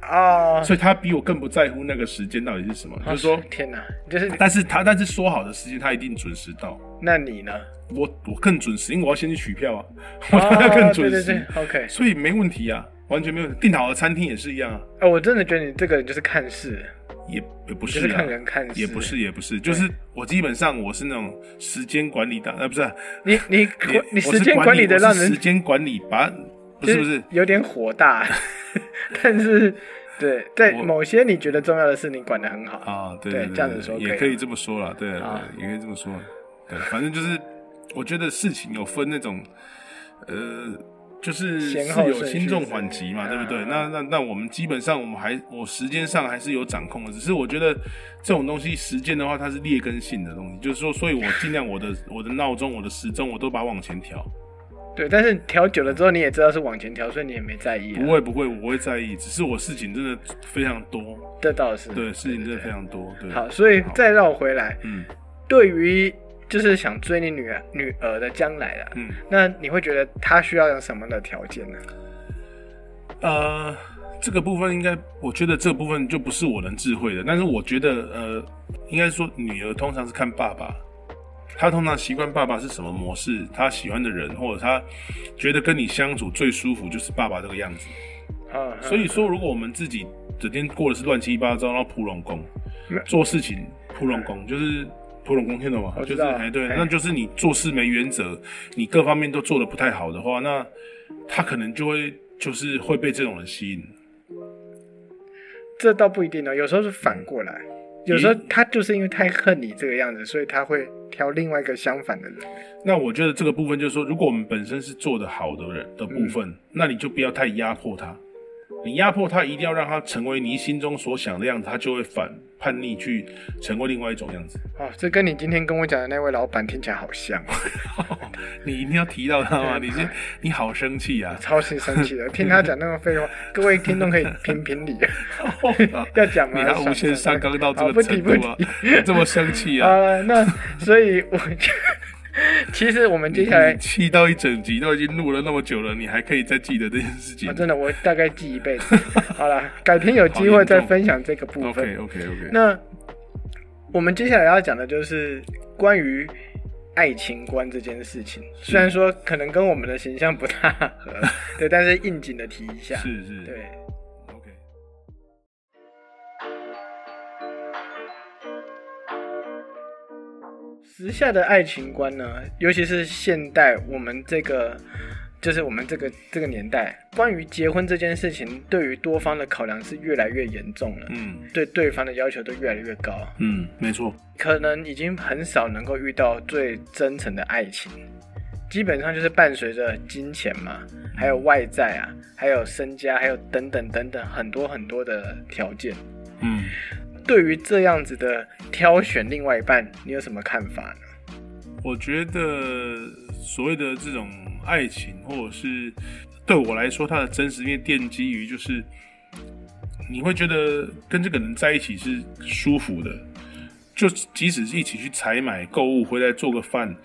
Speaker 2: 啊，
Speaker 1: 所以她比我更不在乎那个时间到底是什么，就是说，
Speaker 2: 天哪，啊就是
Speaker 1: 但是她但是说好的时间她一定准时到。
Speaker 2: 那你呢？
Speaker 1: 我我更准时，因为我要先去取票啊， <laughs> 我
Speaker 2: 啊，
Speaker 1: 当然更准时，
Speaker 2: 对对对，OK。
Speaker 1: 所以没问题啊，完全没有。订好的餐厅也是一样啊，
Speaker 2: 哎、我真的觉得你这个人就是看事，
Speaker 1: 也也不
Speaker 2: 就是是
Speaker 1: 啊
Speaker 2: 看，人看事，
Speaker 1: 也不是。也不是，就是我基本上我是那种时间管理大，啊不是啊、
Speaker 2: 你你
Speaker 1: 也
Speaker 2: 管你
Speaker 1: 我是
Speaker 2: 时间
Speaker 1: 管
Speaker 2: 管理的
Speaker 1: 我是
Speaker 2: 让人
Speaker 1: 时间管理把不是不
Speaker 2: 就是有点火大， <laughs> 但是对在某些你觉得重要的事，你管得很好。
Speaker 1: 啊，对
Speaker 2: 对
Speaker 1: 对，
Speaker 2: 这样子说可以
Speaker 1: 也可以这么说啦，对
Speaker 2: 啊
Speaker 1: 也可以这么说，对，反正就是我觉得事情有分那种，呃。就是
Speaker 2: 先
Speaker 1: 是
Speaker 2: 后
Speaker 1: 有
Speaker 2: 顺序
Speaker 1: 轻重
Speaker 2: 是
Speaker 1: 缓急嘛，
Speaker 2: 啊
Speaker 1: 对不对？那那那我们基本上我们还我时间上还是有掌控的，只是我觉得这种东西时间的话，它是劣根性的东西，就是说，所以我尽量我的我的闹钟、我的时钟我都把它往前调，
Speaker 2: 对，但是调久了之后，你也知道是往前调，所以你也没在意啊。
Speaker 1: 不会不会，我会在意，只是我事情真的非常多，
Speaker 2: 这倒是
Speaker 1: 对，事情真的非常多，对，
Speaker 2: 嗯好，所以再绕回来，
Speaker 1: 嗯
Speaker 2: 对于就是想追你女儿女儿的将来了，
Speaker 1: 嗯。
Speaker 2: 那你会觉得她需要有什么的条件呢？
Speaker 1: 呃，这个部分应该，我觉得这部分就不是我能智慧的。但是我觉得，呃，应该说女儿通常是看爸爸，他通常习惯爸爸是什么模式，他喜欢的人，或者他觉得跟你相处最舒服就是爸爸这个样子。
Speaker 2: 啊，
Speaker 1: 所以说，如果我们自己整天过的是乱七八糟，然后扑龙宫
Speaker 2: 没，
Speaker 1: 做事情扑龙宫就是扑龙宫，听懂吗？
Speaker 2: 我
Speaker 1: 就是
Speaker 2: 知道
Speaker 1: 哎，对，
Speaker 2: 哎
Speaker 1: 那就是你做事没原则，你各方面都做的不太好的话，那他可能就会就是会被这种人吸引。
Speaker 2: 这倒不一定哦，有时候是
Speaker 1: 嗯
Speaker 2: 反过来，有时候他就是因为太恨你这个样子，所以他会挑另外一个相反的人。
Speaker 1: 那我觉得这个部分就是说，如果我们本身是做的好的人的
Speaker 2: 嗯
Speaker 1: 部分，那你就不要太压迫他。你压迫他，一定要让他成为你心中所想的样子，他就会反叛逆去成为另外一种样子。
Speaker 2: 哦，这跟你今天跟我讲的那位老板听起来好像，哦
Speaker 1: 你一定要提到他吗？你先，你好生气
Speaker 2: <laughs>
Speaker 1: 啊！
Speaker 2: 超级生气的。听他讲那种废话，各位听众可以评评理。啊要讲
Speaker 1: <laughs>
Speaker 2: 吗
Speaker 1: 你还无限上纲到这
Speaker 2: 好不
Speaker 1: 个程
Speaker 2: 提不
Speaker 1: 度啊
Speaker 2: 提？
Speaker 1: <laughs> 这么生气啊？
Speaker 2: 啊，那所以我其实我们接下来
Speaker 1: 你，气到一整集都已经录了那么久了，你还可以再记得这件事情
Speaker 2: 我啊真的我大概记一辈子。 <laughs> 好了，改天有机会再分享这个部分
Speaker 1: ？OK。OK OK。
Speaker 2: 那我们接下来要讲的就是关于爱情观这件事情，虽然说可能跟我们的形象不大
Speaker 1: <laughs>
Speaker 2: 合，对，但是应景的提一下，
Speaker 1: 是是，
Speaker 2: 对。
Speaker 1: OK。
Speaker 2: 时下的爱情观呢，尤其是现代我们这个，就是我们这个这个年代，关于结婚这件事情，对于多方的考量是越来越严重了，
Speaker 1: 嗯
Speaker 2: 对对方的要求都越来越高，
Speaker 1: 嗯，没错。
Speaker 2: 可能已经很少能够遇到最真诚的爱情，基本上就是伴随着金钱嘛，还有外在啊，还有身家，还有等等等等很多很多的条件。
Speaker 1: 嗯，
Speaker 2: 对于这样子的挑选另外一半，你有什么看法呢？
Speaker 1: 我觉得所谓的这种爱情，或者是对我来说，它的真实面奠基于就是你会觉得跟这个人在一起是舒服的，就即使是一起去采买、购物，回来做个饭，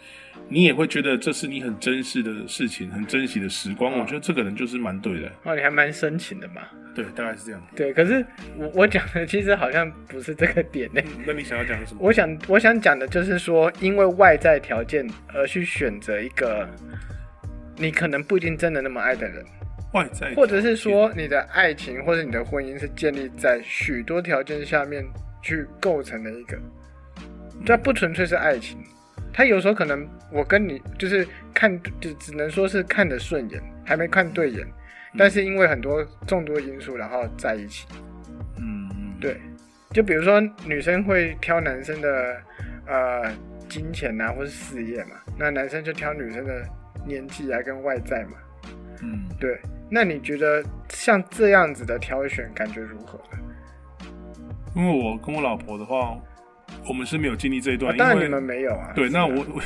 Speaker 1: 你也会觉得这是你很珍视的事情，很珍惜的时光。我觉得这个人就是蛮对的，
Speaker 2: 哦，你还蛮深情的嘛。
Speaker 1: 对，大概是这样。
Speaker 2: 对，可是我我讲的其实好像不是这个点呢、 <laughs>
Speaker 1: 那你想要讲什么？
Speaker 2: 我想我想讲的就是说，因为外在条件而去选择一个你可能不一定真的那么爱的人，
Speaker 1: 外在，
Speaker 2: 或者是说你的爱情或者你的婚姻是建立在许多条件下面去构成的一个，这不纯粹是爱情。他有时候可能我跟你就是看，就只能说是看得顺眼，还没看对眼，但是因为很多众多因素，然后在一起。
Speaker 1: 嗯，嗯，
Speaker 2: 对，就比如说女生会挑男生的呃金钱啊，或是事业嘛，那男生就挑女生的年纪啊跟外在嘛。
Speaker 1: 嗯。
Speaker 2: 对，那你觉得像这样子的挑选感觉如何呢？
Speaker 1: 因为我跟我老婆的话，我们是没有经历这一段，
Speaker 2: 啊、当然
Speaker 1: 因为
Speaker 2: 你们没有啊。
Speaker 1: 对，
Speaker 2: 是
Speaker 1: 那
Speaker 2: 啊
Speaker 1: 我 <laughs> 我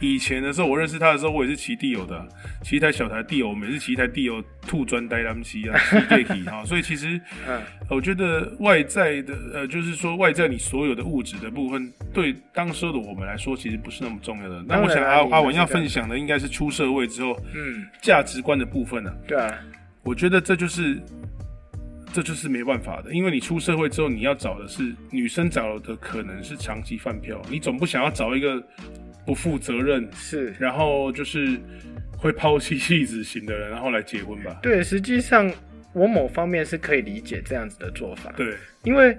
Speaker 1: 以前的时候，我认识他的时候，我也是骑地友的，啊骑一台小台地友，我每次骑一台地友吐砖呆他们骑
Speaker 2: <laughs>
Speaker 1: 啊，骑对体哈，所以其实，
Speaker 2: 嗯
Speaker 1: 我觉得外在的呃，就是说外在你所有的物质的部分，对当时的我们来说，其实不是那么重要的。那
Speaker 2: 当
Speaker 1: 我
Speaker 2: 然
Speaker 1: 想
Speaker 2: 啦
Speaker 1: 阿
Speaker 2: 你
Speaker 1: 阿
Speaker 2: 们
Speaker 1: 文
Speaker 2: 是
Speaker 1: 要
Speaker 2: 这
Speaker 1: 分
Speaker 2: 样
Speaker 1: 享的应该是出社会之后
Speaker 2: 嗯，
Speaker 1: 价值观的部分呢、啊。
Speaker 2: 对啊，
Speaker 1: 我觉得这就是这就是没办法的，因为你出社会之后，你要找的是女生找的可能是长期饭票，你总不想要找一个不负责任，
Speaker 2: 是。
Speaker 1: 然后就是会抛弃妻子型的人，然后来结婚吧？
Speaker 2: 对，实际上我某方面是可以理解这样子的做法，
Speaker 1: 对
Speaker 2: 因为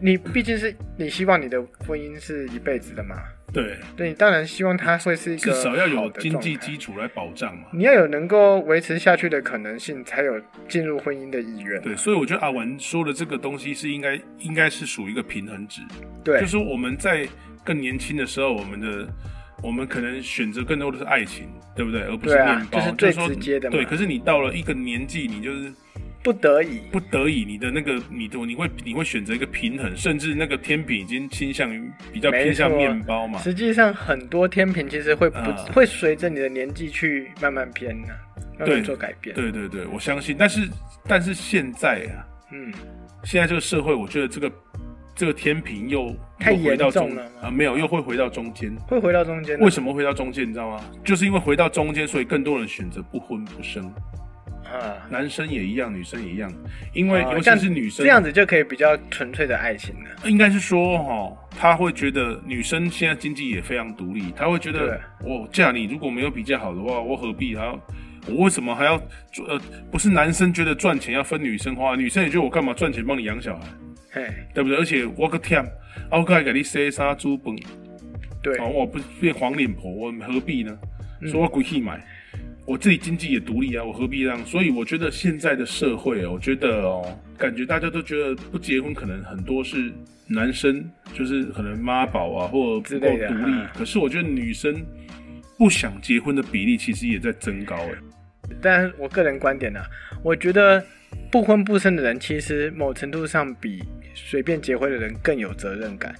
Speaker 2: 你毕竟是你希望你的婚姻是一辈子的嘛，
Speaker 1: 对，
Speaker 2: 对你当然希望它会是一
Speaker 1: 至
Speaker 2: 个
Speaker 1: 少要
Speaker 2: 好
Speaker 1: 有
Speaker 2: 的
Speaker 1: 经
Speaker 2: 状
Speaker 1: 济
Speaker 2: 态
Speaker 1: 基础来保障嘛。
Speaker 2: 你要有能够维持下去的可能性，才有进入婚姻的意愿。
Speaker 1: 对，所以我觉得阿文说的这个东西是应该应该是属于一个平衡值，
Speaker 2: 对，
Speaker 1: 就是我们在更年轻的时候，我们的我们可能选择更多的是爱情，对不对？而不是
Speaker 2: 对啊
Speaker 1: 面包，
Speaker 2: 这是最
Speaker 1: 说
Speaker 2: 直接的嘛
Speaker 1: 对，可是你到了一个年纪，你就是
Speaker 2: 不得已。
Speaker 1: 不得已，你的那个你的你会你会选择一个平衡，甚至那个天平已经倾向于比较
Speaker 2: 没
Speaker 1: 偏向
Speaker 2: 错
Speaker 1: 面包嘛。
Speaker 2: 实际上，很多天平其实会不、
Speaker 1: 啊
Speaker 2: 会随着你的年纪去慢慢偏呢、慢
Speaker 1: 对
Speaker 2: 慢做改变。
Speaker 1: 啊对对对，我相信。但是但是现在啊，
Speaker 2: 嗯，
Speaker 1: 现在这个社会，我觉得这个这个天平又
Speaker 2: 太
Speaker 1: 又回到
Speaker 2: 严重
Speaker 1: 中
Speaker 2: 了吗
Speaker 1: 啊，没有又会回到中间。
Speaker 2: 会回到中间的。
Speaker 1: 为什么回到中间？你知道吗？就是因为回到中间，所以更多人选择不婚不生。
Speaker 2: 啊、啊，
Speaker 1: 男生也一样，女生也一样，因为
Speaker 2: 啊
Speaker 1: 尤
Speaker 2: 这
Speaker 1: 其
Speaker 2: 样
Speaker 1: 是女生
Speaker 2: 这，样子就可以比较纯粹的爱情了。
Speaker 1: 应该是说哈、哦，他会觉得女生现在经济也非常独立，他会觉得我嫁你如果没有比较好的话，我何必还要？我为什么还要做？呃，不是男生觉得赚钱要分女生花，女生也觉得我干嘛赚钱帮你养小孩，
Speaker 2: 嘿，
Speaker 1: 对不对？而且我个天，啊我还给你塞沙猪本，
Speaker 2: 对，嗯
Speaker 1: 哦，我不是变黄脸婆，我何必呢？说我鬼去买，我自己经济也独立啊，我何必让？所以我觉得现在的社会，我觉得哦，感觉大家都觉得不结婚可能很多是男生就是可能妈宝啊，或者
Speaker 2: 之
Speaker 1: 不够
Speaker 2: 类的
Speaker 1: 独立
Speaker 2: 啊。
Speaker 1: 可是我觉得女生不想结婚的比例其实也在增高哎。
Speaker 2: 但是我个人观点呢、啊，我觉得不婚不生的人，其实某程度上比随便结婚的人更有责任感，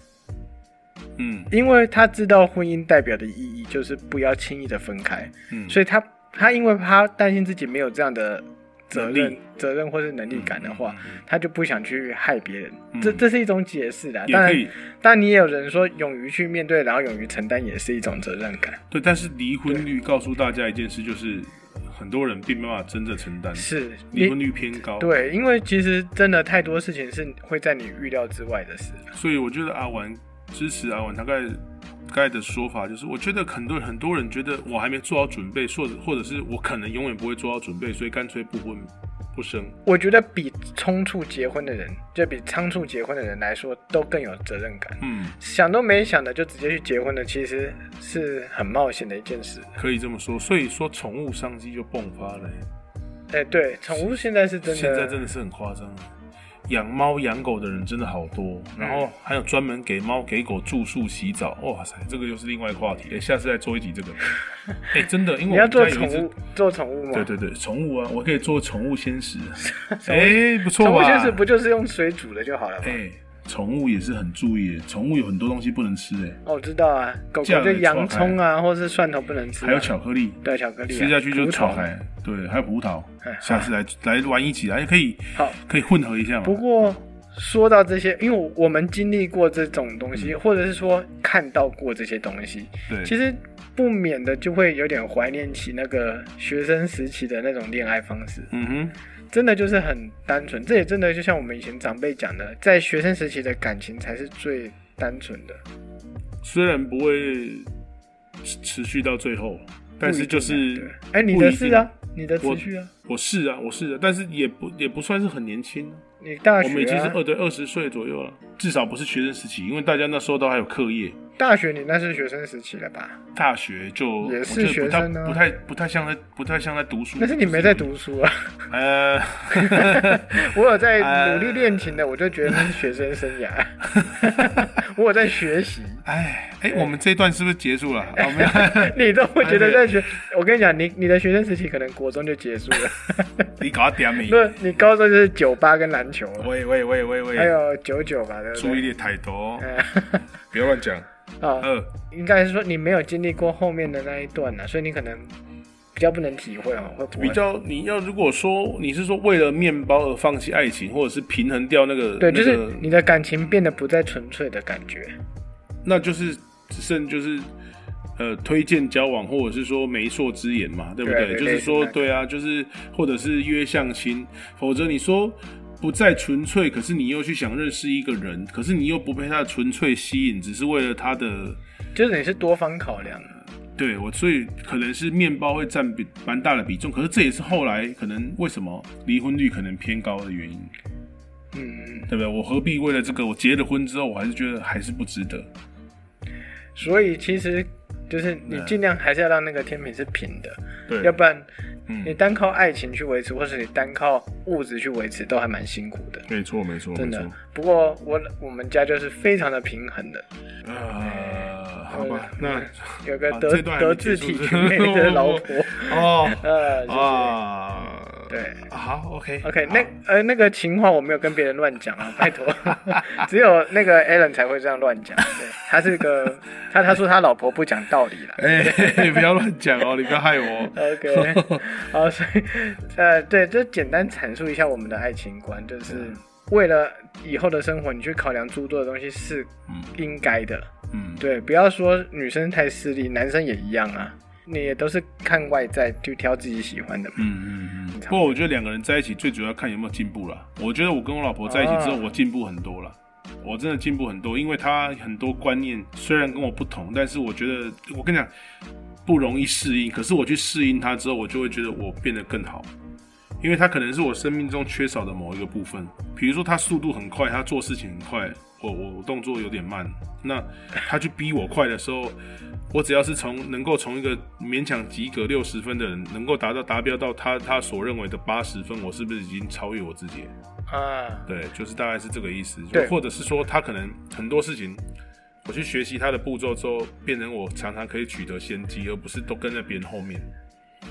Speaker 1: 嗯
Speaker 2: 因为他知道婚姻代表的意义就是不要轻易的分开，
Speaker 1: 嗯，
Speaker 2: 所以他他因为他担心自己没有这样的责
Speaker 1: 能力
Speaker 2: 任、责任或是能力感的话，他就不想去害别人，这
Speaker 1: 嗯
Speaker 2: 这是一种解释啦。
Speaker 1: 也
Speaker 2: 当
Speaker 1: 可
Speaker 2: 然，
Speaker 1: 以
Speaker 2: 但你也有人说勇于去面对，然后勇于承担，也是一种责任感。
Speaker 1: 对，但是离婚率告诉大家一件事，就是很多人并没办法真的承担，
Speaker 2: 是
Speaker 1: 离婚
Speaker 2: 你
Speaker 1: 率偏高。。
Speaker 2: 对，因为其实真的太多事情是会在你预料之外的事。
Speaker 1: 所以我觉得阿婉支持阿婉大概大概的说法就是，我觉得很多很多人觉得我还没做好准备，或者或者是我可能永远不会做好准备，所以干脆不婚不生。
Speaker 2: 我觉得比冲促结婚的人，就比仓促结婚的人来说，都更有责任感。
Speaker 1: 嗯，
Speaker 2: 想都没想的就直接去结婚的，其实是很冒险的一件事。
Speaker 1: 可以这么说。所以说宠物商机就迸发了、
Speaker 2: 哎，对，宠物现在是真的，
Speaker 1: 现在真的是很夸张。养猫养狗的人真的好多，然
Speaker 2: 嗯
Speaker 1: 后还有专门给猫给狗住宿洗澡，哇塞，这个又是另外一个话题。哎、下次再做一
Speaker 2: <laughs>
Speaker 1: 集这个。哎、真的，因为
Speaker 2: 你要
Speaker 1: 我们家
Speaker 2: 做
Speaker 1: 有一
Speaker 2: 宠
Speaker 1: 只
Speaker 2: 物，做宠物吗？
Speaker 1: 对对对，宠物啊，我可以做宠物鲜食。哎，不错
Speaker 2: <laughs> 宠物
Speaker 1: 吧？
Speaker 2: 先生不就是用水煮的就好了吗？
Speaker 1: 哎，宠物也是很注意的，宠物有很多东西不能吃哎，
Speaker 2: 哦，我知道啊，狗狗
Speaker 1: 这样
Speaker 2: 就
Speaker 1: 也
Speaker 2: 洋
Speaker 1: 错
Speaker 2: 葱啊，或是蒜头不能吃啊、
Speaker 1: 还有巧克力，
Speaker 2: 对巧克力啊、
Speaker 1: 吃下去就
Speaker 2: 葡
Speaker 1: 炒
Speaker 2: 萄
Speaker 1: 开。对，还有葡萄
Speaker 2: 哎，
Speaker 1: 下次来来玩一起，哎，可以
Speaker 2: 好，
Speaker 1: 可以混合一下嘛
Speaker 2: 不。过说到这些，因为我我们经历过这种东西，或者是说看到过这些东西，
Speaker 1: 嗯对，
Speaker 2: 其实不免的就会有点怀念起那个学生时期的那种恋爱方式，
Speaker 1: 嗯哼，
Speaker 2: 真的就是很单纯。这也真的就像我们以前长辈讲的，在学生时期的感情才是最单纯的。
Speaker 1: 虽然不会持持续到最后，但是就
Speaker 2: 不一定
Speaker 1: 是
Speaker 2: 啊对哎，你的是啊，你的
Speaker 1: 我
Speaker 2: 持续啊，
Speaker 1: 我是啊，我是啊，但是也不也不算是很年轻啊，
Speaker 2: 你大
Speaker 1: 我
Speaker 2: 学、啊、
Speaker 1: 们已经是二对二十岁左右了，至少不是学生时期，因为大家那时候都还有课业。
Speaker 2: 大学你那是学生时期了吧？
Speaker 1: 大学就
Speaker 2: 也
Speaker 1: 我
Speaker 2: 是
Speaker 1: 觉得
Speaker 2: 学生啊
Speaker 1: 不太不太不太像在不太像在读书。
Speaker 2: 那是你没在读书啊， <laughs>
Speaker 1: 呃， <laughs>
Speaker 2: 我有在努力练琴的，我就觉得那是学生生涯。 <laughs> 我有在学习，
Speaker 1: 哎哎，我们这一段是不是结束了？啊我
Speaker 2: <laughs>
Speaker 1: 们
Speaker 2: 你都会觉得在
Speaker 1: 哎
Speaker 2: 学。我跟你讲，你你的学生时期可能国中就结束了， <laughs>
Speaker 1: 你搞到点名。
Speaker 2: 那你高中就是酒吧跟篮球，
Speaker 1: 喂喂喂喂
Speaker 2: 还
Speaker 1: 喂，
Speaker 2: 有九九吧，对不
Speaker 1: 注意
Speaker 2: 对？
Speaker 1: 力太多，
Speaker 2: <laughs> 嗯
Speaker 1: 不要乱讲。
Speaker 2: 啊，
Speaker 1: 呃，
Speaker 2: 应该是说你没有经历过后面的那一段啊呢，所以你可能比较不能体会哦，会不会
Speaker 1: 比？较你要如果说你是说为了面包而放弃爱情，或者是平衡掉那个
Speaker 2: 对，
Speaker 1: 那
Speaker 2: 就是
Speaker 1: 个
Speaker 2: 你的感情变得不再纯粹的感觉。
Speaker 1: 那就是只剩就是呃推荐交往，或者是说媒妁之言嘛，对不
Speaker 2: 对
Speaker 1: 就
Speaker 2: 类
Speaker 1: 是
Speaker 2: 似
Speaker 1: 说
Speaker 2: 那种
Speaker 1: 对啊，就是或者是约相亲，否则你说。不再纯粹，可是你又去想认识一个人，可是你又不被他的纯粹吸引，只是为了他的
Speaker 2: 就是你是多方考量啊的，
Speaker 1: 对我，所以可能是面包会占比蛮大的比重，可是这也是后来可能为什么离婚率可能偏高的原因，
Speaker 2: 嗯，
Speaker 1: 对不对？我何必为了这个？我结了婚之后，我还是觉得还是不值得。
Speaker 2: 所以其实就是你尽量还是要让那个天平是平的，
Speaker 1: 对，
Speaker 2: 要不然
Speaker 1: 嗯
Speaker 2: 你单靠爱情去维持，或是你单靠物质去维持，都还蛮辛苦的，
Speaker 1: 没错，没错，
Speaker 2: 真的。不过我我们家就是非常的平衡的，
Speaker 1: 呃，好吧，那
Speaker 2: 嗯有个
Speaker 1: 啊
Speaker 2: 德、
Speaker 1: 这段还
Speaker 2: 德
Speaker 1: 没
Speaker 2: 智
Speaker 1: 结束
Speaker 2: 体
Speaker 1: 是
Speaker 2: 全面的老婆，
Speaker 1: <laughs> 哦
Speaker 2: 呃， <laughs> 就是、
Speaker 1: 啊，
Speaker 2: 对。
Speaker 1: 好，OK
Speaker 2: OK，那呃那个情话我没有跟别人乱
Speaker 1: <laughs>
Speaker 2: 讲啊，拜托， <laughs> 只有那个 Alan 才会这样乱
Speaker 1: <laughs>
Speaker 2: 讲。对，他是个他他说他老婆不讲道理啦。
Speaker 1: 哎， <laughs> 不要乱讲哦，你不要害我。 <laughs>
Speaker 2: OK，好，所以呃，对，就简单阐述一下我们的爱情观，就是为了以后的生活，你去考量诸多的东西是
Speaker 1: 嗯
Speaker 2: 应该的，
Speaker 1: 嗯，
Speaker 2: 对，不要说女生太势利，男生也一样啊。你也都是看外在去挑自己喜欢的嘛。
Speaker 1: 嗯嗯嗯。不过我觉得两个人在一起最主要看有没有进步啦。我觉得我跟我老婆在一起之后，
Speaker 2: 哦
Speaker 1: 我进步很多了。我真的进步很多，因为她很多观念虽然跟我不同，但是我觉得我跟你讲不容易适应。可是我去适应她之后，我就会觉得我变得更好，因为她可能是我生命中缺少的某一个部分。比如说她速度很快，她做事情很快，我我我动作有点慢。那她去逼我快的时候，我只要是从能够从一个勉强及格六十分的人，能够达到达标到他他所认为的八十分，我是不是已经超越我自己了？
Speaker 2: 啊，
Speaker 1: 对，就是大概是这个意思。
Speaker 2: 对
Speaker 1: 就或者是说，他可能很多事情，我去学习他的步骤之后，变成我常常可以取得先机，而不是都跟在别人后面。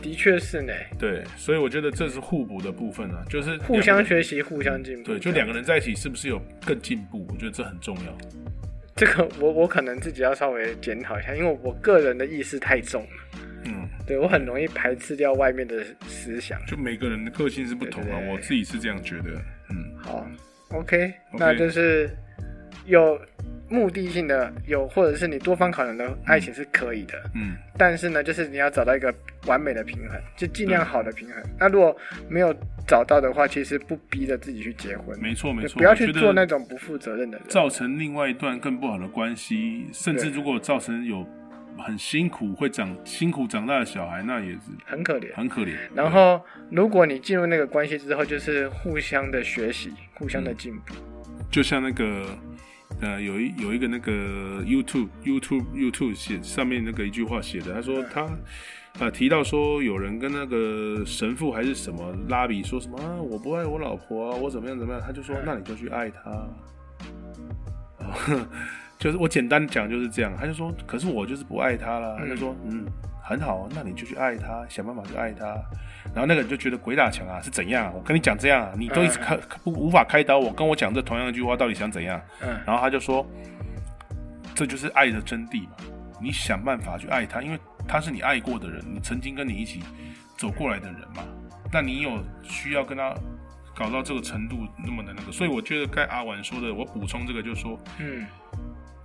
Speaker 2: 的确是呢，
Speaker 1: 对，所以我觉得这是互补的部分啊，就是两
Speaker 2: 互
Speaker 1: 个
Speaker 2: 相
Speaker 1: 人。
Speaker 2: 学习，互相进步。
Speaker 1: 对，就两个人在一起是不是有更进步？我觉得这很重要。
Speaker 2: <laughs> 这个我我可能自己要稍微检讨一下，因为我个人的意识太重了，
Speaker 1: 嗯，
Speaker 2: 对我很容易排斥掉外面的思想。
Speaker 1: 就每个人的个性是不同
Speaker 2: 对
Speaker 1: 啊
Speaker 2: 对，对
Speaker 1: 我自己是这样觉得。嗯，
Speaker 2: 好，OK，那就是有目的性的，有或者是你多方考量的爱情是可以的，
Speaker 1: 嗯，
Speaker 2: 但是呢，就是你要找到一个完美的平衡，就尽
Speaker 1: 嗯
Speaker 2: 量好的平衡。那如果没有找到的话，其实不逼着自己去结婚，
Speaker 1: 没错没
Speaker 2: 也
Speaker 1: 错。
Speaker 2: 不要
Speaker 1: 我
Speaker 2: 去
Speaker 1: 觉得
Speaker 2: 做那种不负责任的人。
Speaker 1: 造成另外一段更不好的关系，甚至
Speaker 2: 对
Speaker 1: 如果造成有很辛苦会长辛苦长大的小孩，那也是
Speaker 2: 很可怜。
Speaker 1: 很可怜。
Speaker 2: 然后，如果你进入那个关系之后，就是互相的学习，互相的进步。
Speaker 1: 就像那个呃，有一有一个那个 YouTube YouTube YouTube 写上面那个一句话写的，他说他呃提到说有人跟那个神父还是什么拉比说什么啊，我不爱我老婆啊，我怎么样怎么样，他就说
Speaker 2: 嗯
Speaker 1: 那你就去爱她。 <laughs> 就是我简单讲就是这样，他就说，可是我就是不爱她啦。
Speaker 2: 嗯
Speaker 1: 他就说，嗯，很好，那你就去爱她，想办法去爱她。然后那个人就觉得鬼打墙啊，是怎样啊？我跟你讲这样啊，你都一直开不无法开导我，跟我讲这同样一句话，到底想怎样？
Speaker 2: 嗯
Speaker 1: 然后他就说，这就是爱的真谛嘛，你想办法去爱他，因为他是你爱过的人，你曾经跟你一起走过来的人嘛，那你有需要跟他搞到这个程度那么的那个，所以我觉得该阿婉说的，我补充这个就是说，
Speaker 2: 嗯，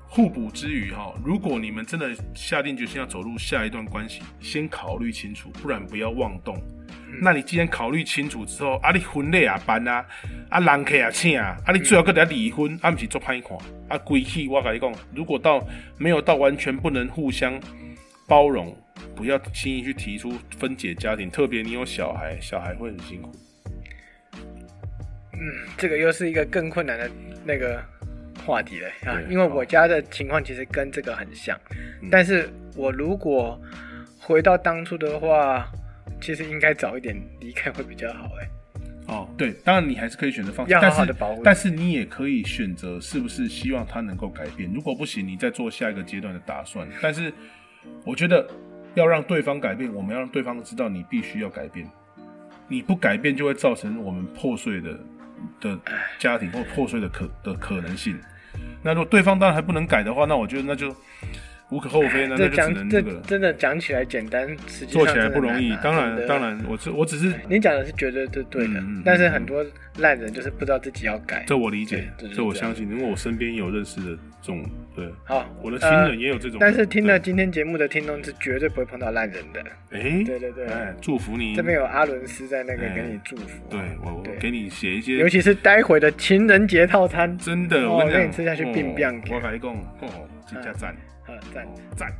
Speaker 1: 互补之余哈，如果你们真的下定决心要走入下一段关系，先考虑清楚，不然不要妄动。那你既然考虑清楚之后，啊，你婚礼也办啊，啊，人客也请啊，啊，你最后搁得离婚，啊，不是做歹看，啊，归去我跟你讲，如果到没有到完全不能互相包容，不要轻易去提出分解家庭，特别你有小孩，小孩会很辛苦。
Speaker 2: 嗯这个又是一个更困难的那个话题了
Speaker 1: 对！
Speaker 2: 啊
Speaker 1: 嗯
Speaker 2: 因为我家的情况其实跟这个很像，但是我如果回到当初的话，其实应该早一点离开会比较好哎。
Speaker 1: 哦，对，当然你还是可以选择放弃，
Speaker 2: 要好
Speaker 1: 但
Speaker 2: 好
Speaker 1: 是
Speaker 2: 地保护
Speaker 1: 但是你也可以选择是不是希望他能够改变，如果不行，你再做下一个阶段的打算。但是我觉得要让对方改变，我们要让对方知道你必须要改变，你不改变就会造成我们破碎的的家庭或破碎的可的可能性。那如果对方当然还不能改的话，那我觉得那就无可厚非，那那
Speaker 2: 这
Speaker 1: 就只
Speaker 2: 讲
Speaker 1: 能
Speaker 2: 这
Speaker 1: 这个
Speaker 2: 真的讲起来简单，实际上
Speaker 1: 做起来
Speaker 2: 真的
Speaker 1: 不容易
Speaker 2: 难。啊
Speaker 1: 当
Speaker 2: 真
Speaker 1: 然
Speaker 2: 的
Speaker 1: 当然，我只我只是
Speaker 2: 你讲的是绝对对对的
Speaker 1: 嗯嗯嗯，
Speaker 2: 但是很多烂人就是不知道自己要改。
Speaker 1: 这我理解
Speaker 2: 对，就是
Speaker 1: 这我
Speaker 2: 这样
Speaker 1: 相信，因为我身边有认识的这种，对，
Speaker 2: 好，
Speaker 1: 我的亲人也有这种人。
Speaker 2: 呃但是听了
Speaker 1: 对，
Speaker 2: 今天节目的听众是绝对不会碰到烂人的。
Speaker 1: 哎，
Speaker 2: 对对对
Speaker 1: 哎，祝福你。
Speaker 2: 这边有阿伦斯在那个给你
Speaker 1: 哎
Speaker 2: 祝福啊、
Speaker 1: 对我，我
Speaker 2: 对
Speaker 1: 给你写一
Speaker 2: 尤
Speaker 1: 些，
Speaker 2: 其是待会的情人节套餐，
Speaker 1: 真的，
Speaker 2: 哦
Speaker 1: 我跟你
Speaker 2: 让
Speaker 1: 讲，
Speaker 2: 你吃下去
Speaker 1: 哦
Speaker 2: 变变
Speaker 1: 我跟你讲，哦，真加赞，
Speaker 2: 啊，赞。
Speaker 1: 赞。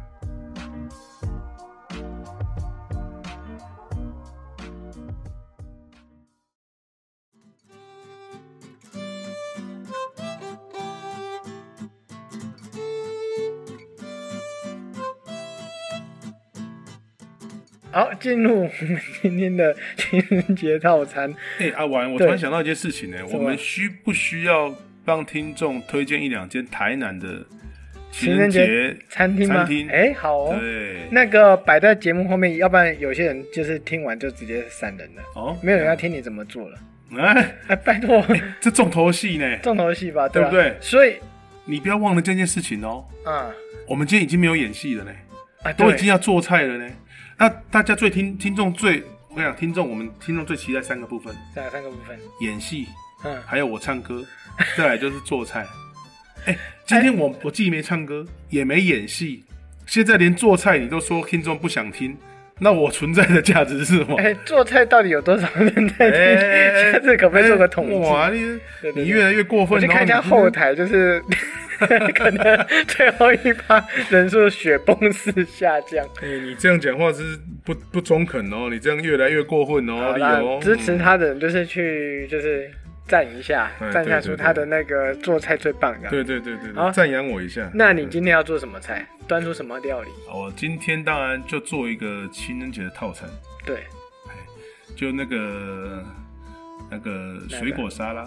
Speaker 2: 好，进入 <laughs> 我们今天的情人节套餐。
Speaker 1: 哎，阿玩，我突
Speaker 2: 对
Speaker 1: 然想到一件事情呢，
Speaker 2: 什
Speaker 1: 我
Speaker 2: 么
Speaker 1: 们需不需要帮听众推荐一两间台南的
Speaker 2: 情人
Speaker 1: 节
Speaker 2: 节餐厅吗
Speaker 1: 餐？厅，
Speaker 2: 哎、好哦。
Speaker 1: 对，
Speaker 2: 那个摆在节目后面，要不然有些人就是听完就直接闪人了，
Speaker 1: 哦，
Speaker 2: 没有人要听你怎么做了。
Speaker 1: 哎，
Speaker 2: 哎，拜托，
Speaker 1: 这重头戏呢，
Speaker 2: 重头戏吧，吧
Speaker 1: 对不对
Speaker 2: 所以
Speaker 1: 你不要忘了这件事情哦。
Speaker 2: 啊
Speaker 1: 我们今天已经没有演戏了呢，
Speaker 2: 啊，
Speaker 1: 都
Speaker 2: 对
Speaker 1: 已经要做菜了呢。那大家最听听众最，我跟你讲，听众我们听众最期待三个部分：
Speaker 2: 三三个部分，
Speaker 1: 演戏，
Speaker 2: 嗯，
Speaker 1: 还有我唱歌，
Speaker 2: 哎
Speaker 1: 再来就是做菜。哎、今天我我既没唱歌，也没演戏，现在连做菜你都说听众不想听，那我存在的价值是什么？
Speaker 2: 哎，做菜到底有多少人在听？
Speaker 1: 哎
Speaker 2: <laughs> 下次可不可以做个统计？
Speaker 1: 哇，你
Speaker 2: 对对
Speaker 1: 你越来越过
Speaker 2: 我
Speaker 1: 分。
Speaker 2: 去看一
Speaker 1: 然
Speaker 2: 下
Speaker 1: 后你
Speaker 2: 后台，就是可能最后一趴人数雪崩式下降。
Speaker 1: 哎你这样讲话是不不中肯哦，你这样越来越过分哦，
Speaker 2: 好
Speaker 1: 理
Speaker 2: 啦
Speaker 1: 由，
Speaker 2: 支持他的人就是去就是赞一下，
Speaker 1: 哎
Speaker 2: 赞一下
Speaker 1: 对对
Speaker 2: 说
Speaker 1: 对
Speaker 2: 他的那个做菜最棒的。
Speaker 1: 对对对对
Speaker 2: 好
Speaker 1: 对，赞扬我一下。
Speaker 2: 那你今天要做什么菜？端出什么料理？
Speaker 1: 我今天当然就做一个情人节的套餐，
Speaker 2: 对，
Speaker 1: 就那个那个水果沙拉。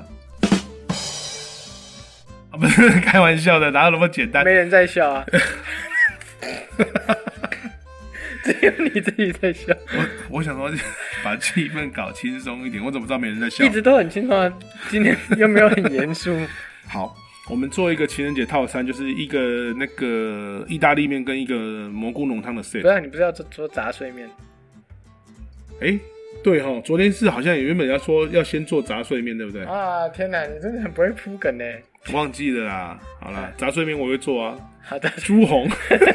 Speaker 1: 啊， <laughs> 不是开玩笑的，哪有那么简单
Speaker 2: 没？人在笑啊，只有你自己在笑，
Speaker 1: 我我想说， <laughs> 把气氛搞轻松一点。我怎么知道没人在笑
Speaker 2: 一？直都很轻松啊。今天又没有很严肃，
Speaker 1: 好，我们做一个情人节套餐，就是一个那个意大利面跟一个蘑菇浓汤的
Speaker 2: 不
Speaker 1: set。
Speaker 2: 然你不是要做做杂碎面？
Speaker 1: 哎、对哈，昨天是好像原本要说要先做杂碎面，对不对？
Speaker 2: 啊，天哪，你真的很不会铺梗呢。
Speaker 1: 忘记了啦。好啦，杂碎面我会做啊。
Speaker 2: 好的，
Speaker 1: 朱红，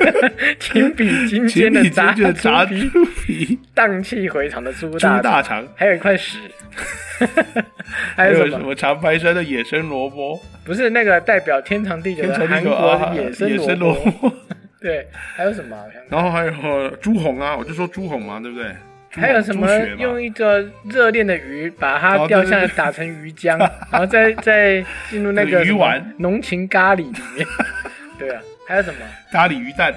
Speaker 1: <laughs>
Speaker 2: 请比今
Speaker 1: 请
Speaker 2: 天
Speaker 1: 你直
Speaker 2: 的
Speaker 1: <laughs>
Speaker 2: 杂
Speaker 1: 觉炸
Speaker 2: 猪皮
Speaker 1: 猪皮、
Speaker 2: 荡气回肠的猪
Speaker 1: <laughs> 猪
Speaker 2: 大
Speaker 1: 大
Speaker 2: 肠，
Speaker 1: 肠，
Speaker 2: 还有一块屎， <laughs> 还
Speaker 1: 还
Speaker 2: 有
Speaker 1: 有
Speaker 2: 什
Speaker 1: 什
Speaker 2: 么？
Speaker 1: 么长白山的野生萝卜、
Speaker 2: 不是那个代表天长地久
Speaker 1: 天
Speaker 2: 的
Speaker 1: 成
Speaker 2: 韩
Speaker 1: 地久
Speaker 2: 国
Speaker 1: 啊、
Speaker 2: 野
Speaker 1: 野
Speaker 2: 生
Speaker 1: 生
Speaker 2: 萝
Speaker 1: 萝
Speaker 2: 卜，
Speaker 1: 卜， <laughs>
Speaker 2: 对，还有什么？我想
Speaker 1: 然后还有朱红啊，我就说朱红嘛，对不对？朱
Speaker 2: 还有
Speaker 1: 红
Speaker 2: 什
Speaker 1: 朱
Speaker 2: 么
Speaker 1: 血嘛
Speaker 2: 用一个热恋的鱼把它
Speaker 1: 哦
Speaker 2: 钓
Speaker 1: 对
Speaker 2: 下来
Speaker 1: 对对
Speaker 2: 打成鱼
Speaker 1: <laughs>
Speaker 2: 浆，然后再再进入那
Speaker 1: 那
Speaker 2: 个
Speaker 1: 个鱼
Speaker 2: 什么
Speaker 1: 丸
Speaker 2: 浓情咖喱里面。对啊，还有什么？
Speaker 1: 咖喱鱼蛋？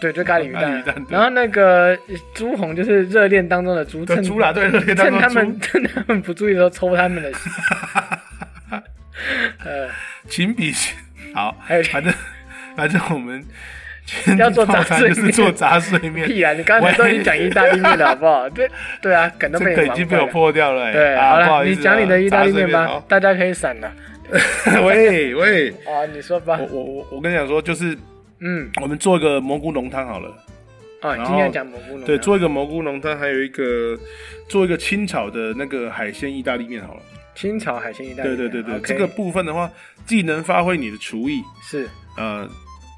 Speaker 2: 对，就咖喱鱼
Speaker 1: 咖喱
Speaker 2: 蛋啊
Speaker 1: 鱼蛋。对
Speaker 2: 然后那个朱红就是热恋当中的朱，
Speaker 1: 对，
Speaker 2: 趁
Speaker 1: 猪啦，对，对，
Speaker 2: 趁
Speaker 1: 当
Speaker 2: 他
Speaker 1: 做猪
Speaker 2: 们趁他们不注意的时候抽他们的
Speaker 1: <laughs>
Speaker 2: 血。呃，
Speaker 1: 情比心 <laughs> 好，
Speaker 2: 还有 <laughs>
Speaker 1: 反正反正我们全
Speaker 2: 要做杂
Speaker 1: 套餐
Speaker 2: 碎面
Speaker 1: 就是做杂
Speaker 2: <laughs>
Speaker 1: 碎面，
Speaker 2: 屁啦！啊你刚才都已经讲意大利面了，好不好？对对啊，梗都
Speaker 1: 这
Speaker 2: 被
Speaker 1: 个
Speaker 2: 你
Speaker 1: 已
Speaker 2: 玩
Speaker 1: 经被
Speaker 2: 坏
Speaker 1: 我
Speaker 2: 了。
Speaker 1: 破掉了、欸。
Speaker 2: 对，
Speaker 1: 啊、
Speaker 2: 好
Speaker 1: 不
Speaker 2: 了，
Speaker 1: 好意
Speaker 2: 你
Speaker 1: 思啊
Speaker 2: 讲你的意大利面。
Speaker 1: 杂碎哦
Speaker 2: 吧，大家可以闪了。
Speaker 1: 好 <laughs> 喂
Speaker 2: <laughs>
Speaker 1: 喂，
Speaker 2: 啊，你说吧
Speaker 1: 我。我我我跟你讲说，就是
Speaker 2: 嗯，
Speaker 1: 我们做一个蘑菇浓汤好了。
Speaker 2: 啊，
Speaker 1: 然
Speaker 2: 今天
Speaker 1: 后
Speaker 2: 讲蘑菇浓汤。
Speaker 1: 对，做一个蘑菇浓汤，还有一个做一个清炒的那个海鲜意大利面好了。
Speaker 2: 清炒海鲜意大
Speaker 1: 对
Speaker 2: 利面。
Speaker 1: 对对对
Speaker 2: OK，
Speaker 1: 这个部分的话，既能发挥你的厨艺，
Speaker 2: 是
Speaker 1: 呃，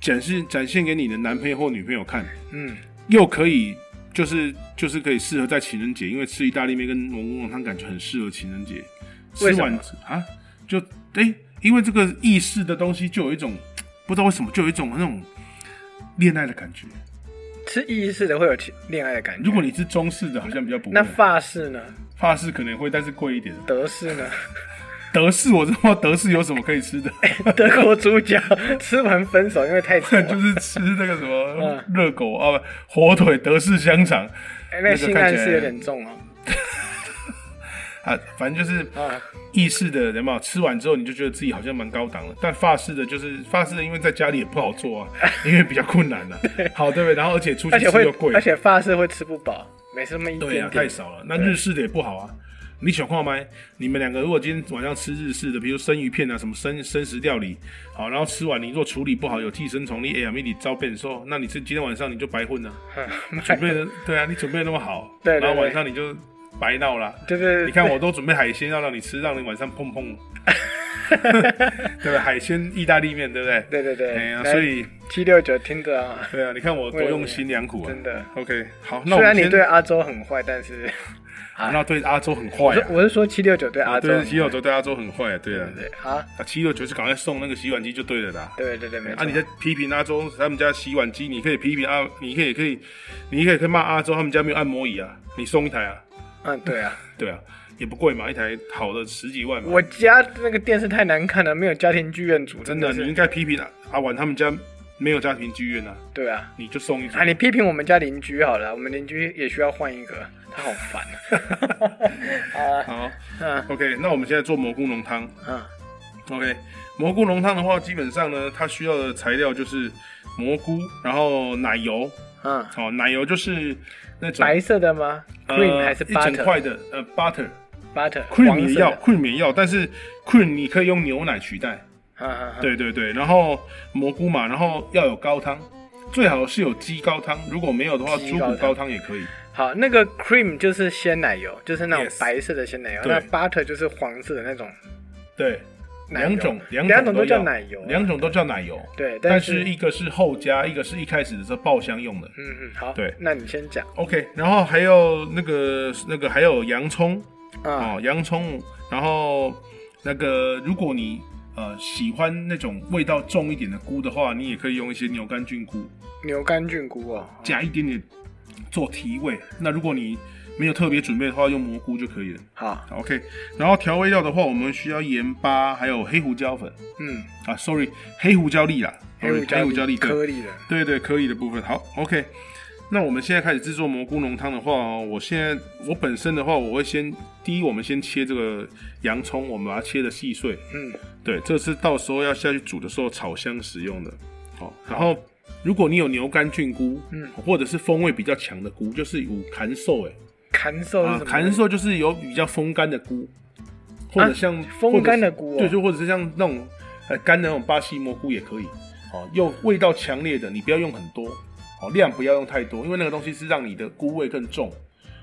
Speaker 1: 展示展现给你的男朋友或女朋友看，
Speaker 2: 嗯，
Speaker 1: 又可以就是就是可以适合在情人节，因为吃意大利面跟蘑菇浓汤感觉很适合情人节。
Speaker 2: 为
Speaker 1: 吃
Speaker 2: 什么
Speaker 1: 完啊，就哎、因为这个意式的东西就有一种不知道为什么就有一种那种恋爱的感觉。
Speaker 2: 吃意式的会有情恋爱的感觉。
Speaker 1: 如果你是中式的，好像比较不会。
Speaker 2: 那法式呢？
Speaker 1: 法式可能会，但是贵一点。
Speaker 2: 德式呢？
Speaker 1: 德式我知道德式有什么可以
Speaker 2: <laughs>
Speaker 1: 吃的，
Speaker 2: 德国猪脚吃完分手，因为太臭了。
Speaker 1: <laughs> 就是吃那个什
Speaker 2: 嗯
Speaker 1: 么热狗啊，不火腿、德式香肠
Speaker 2: 哎，
Speaker 1: 那
Speaker 2: 那
Speaker 1: 个
Speaker 2: 性
Speaker 1: 看
Speaker 2: 暗
Speaker 1: 起来
Speaker 2: 示有点重哦。
Speaker 1: 啊，反正就是
Speaker 2: 啊，
Speaker 1: 意式的，有没有？吃完之后你就觉得自己好像蛮高档的，但法式的就是法式的，因为在家里也不好
Speaker 2: <laughs>
Speaker 1: 做啊，因为比较困难啊。好，对不对？然后而且出去
Speaker 2: 而且
Speaker 1: 吃
Speaker 2: 会
Speaker 1: 又贵，，
Speaker 2: 而且法式会吃不饱，没什么一
Speaker 1: 对啊
Speaker 2: 点，
Speaker 1: 太
Speaker 2: 点。
Speaker 1: 少了。那日式的也不好啊。你想看吗？你们两个如果今天晚上吃日式的，比如生鱼片啊，什么生生食料理，好，然后吃完你若处理不好，有寄生虫，你哎呀，咪你遭变瘦，那你这今天晚上你就白混了、准备的对啊，你准备得那么好，
Speaker 2: <laughs> 对对
Speaker 1: 然后晚
Speaker 2: 对
Speaker 1: 上你就白闹啦。
Speaker 2: <laughs> 就是
Speaker 1: 你看我都准备海鲜要让你吃，让你晚上碰
Speaker 2: <laughs>
Speaker 1: 碰，对吧？海鲜意大利面，对不对？
Speaker 2: 对对对
Speaker 1: 哎呀，
Speaker 2: 来
Speaker 1: 所以
Speaker 2: 七六九听着啊，
Speaker 1: 对啊，你看我多用心良苦啊，
Speaker 2: 真的。
Speaker 1: OK，好，那我
Speaker 2: 虽
Speaker 1: 们
Speaker 2: 然你
Speaker 1: 先
Speaker 2: 对阿周很坏，但是
Speaker 1: 啊那对阿周很坏
Speaker 2: 我是
Speaker 1: 啊，
Speaker 2: 我是说七六九对阿周很
Speaker 1: 对
Speaker 2: 坏，
Speaker 1: 七六九对阿周很坏啊，对啊
Speaker 2: 对，对啊，
Speaker 1: 啊七六九是赶快送那个洗碗机就对了啦。
Speaker 2: 对对对，没
Speaker 1: 啊！
Speaker 2: 错
Speaker 1: 你。在批评阿周他们家洗碗机，你可以批评阿，你可以可以，你可以可以骂阿周他们家没有按摩椅啊，你送一台啊，
Speaker 2: 嗯，对啊，
Speaker 1: 对啊，也不贵嘛，一台好的十几万嘛。
Speaker 2: 我家那个电视太难看了，没有家庭剧院组，
Speaker 1: 真的，你
Speaker 2: 是
Speaker 1: 应该批评阿阿婉他们家没有家庭剧院啊，
Speaker 2: 对啊。
Speaker 1: 你就送一组
Speaker 2: 啊，。你批评我们家邻居好了，我们邻居也需要换一个，他好烦
Speaker 1: <laughs>
Speaker 2: <laughs> 啊。
Speaker 1: 好
Speaker 2: 啊，
Speaker 1: ，OK，那我们现在做蘑菇浓汤。
Speaker 2: 嗯嗯，
Speaker 1: OK，蘑菇浓汤的话，基本上呢，它需要的材料就是蘑菇，然后奶油。
Speaker 2: 嗯，
Speaker 1: 哦，奶油就是那种
Speaker 2: 白色的吗？cream
Speaker 1: 呃
Speaker 2: 还是
Speaker 1: 一整
Speaker 2: butter？butter
Speaker 1: 块的呃 butter，cream
Speaker 2: 黄
Speaker 1: 也
Speaker 2: 色
Speaker 1: 要
Speaker 2: 的。
Speaker 1: cream 也要，但是 cream 你可以用牛奶取代。
Speaker 2: 嗯嗯嗯，
Speaker 1: 对对对，然后蘑菇嘛，然后要有高汤，最好是有鸡高汤，如果没有的话，
Speaker 2: 鸡
Speaker 1: 猪
Speaker 2: 高
Speaker 1: 骨
Speaker 2: 汤
Speaker 1: 高汤也可以。
Speaker 2: 好，那个 cream 就是鲜奶油，就是那种
Speaker 1: Yes
Speaker 2: 白色的鲜奶油。
Speaker 1: 对
Speaker 2: 那 butter 就是黄色的那种
Speaker 1: 对，
Speaker 2: 奶油
Speaker 1: 两种两
Speaker 2: 两
Speaker 1: 种
Speaker 2: 种都叫
Speaker 1: 要
Speaker 2: 奶油啊
Speaker 1: 两种都叫奶油。
Speaker 2: 对，
Speaker 1: 但
Speaker 2: 是
Speaker 1: 是一个是后加，一个是一开始的时候爆香用的。
Speaker 2: 嗯嗯，好，
Speaker 1: 对
Speaker 2: 那你先讲
Speaker 1: OK，然后还有那个那个还有洋葱
Speaker 2: 啊，
Speaker 1: 哦，洋葱，然后那个如果你呃喜欢那种味道重一点的菇的话，你也可以用一些牛肝菌菇
Speaker 2: 牛肝菌菇哦，
Speaker 1: 加一点点做提味。那如果你没有特别准备的话，用蘑菇就可以了。
Speaker 2: 好，
Speaker 1: OK，然后调味料的话，我们需要盐巴，还有黑胡椒粉
Speaker 2: 嗯，
Speaker 1: 啊，sorry，黑胡椒粒啦
Speaker 2: 黑胡
Speaker 1: ，sorry，
Speaker 2: 椒
Speaker 1: 黑胡椒粒，对
Speaker 2: 颗粒的，
Speaker 1: 对对，可以的部分。好，OK。那我们现在开始制作蘑菇浓汤的话哦，我现在我本身的话，我会先第一，我们先切这个洋葱，我们把它切的细碎。
Speaker 2: 嗯，
Speaker 1: 对，这是到时候要下去煮的时候炒香使用的。好，然后如果你有牛肝菌菇，嗯，或者是风味比较强的菇，就是有砍瘦哎，
Speaker 2: 砍瘦是
Speaker 1: 啊
Speaker 2: 什么？，啊
Speaker 1: 砍瘦就是有比较风干的菇，或者像、
Speaker 2: 风干的菇哦
Speaker 1: 或者是对，就或者是像那种呃干的那种巴西蘑菇也可以。哦，又味道强烈的，你不要用很多，哦，量不要用太多，因为那个东西是让你的菇味更重，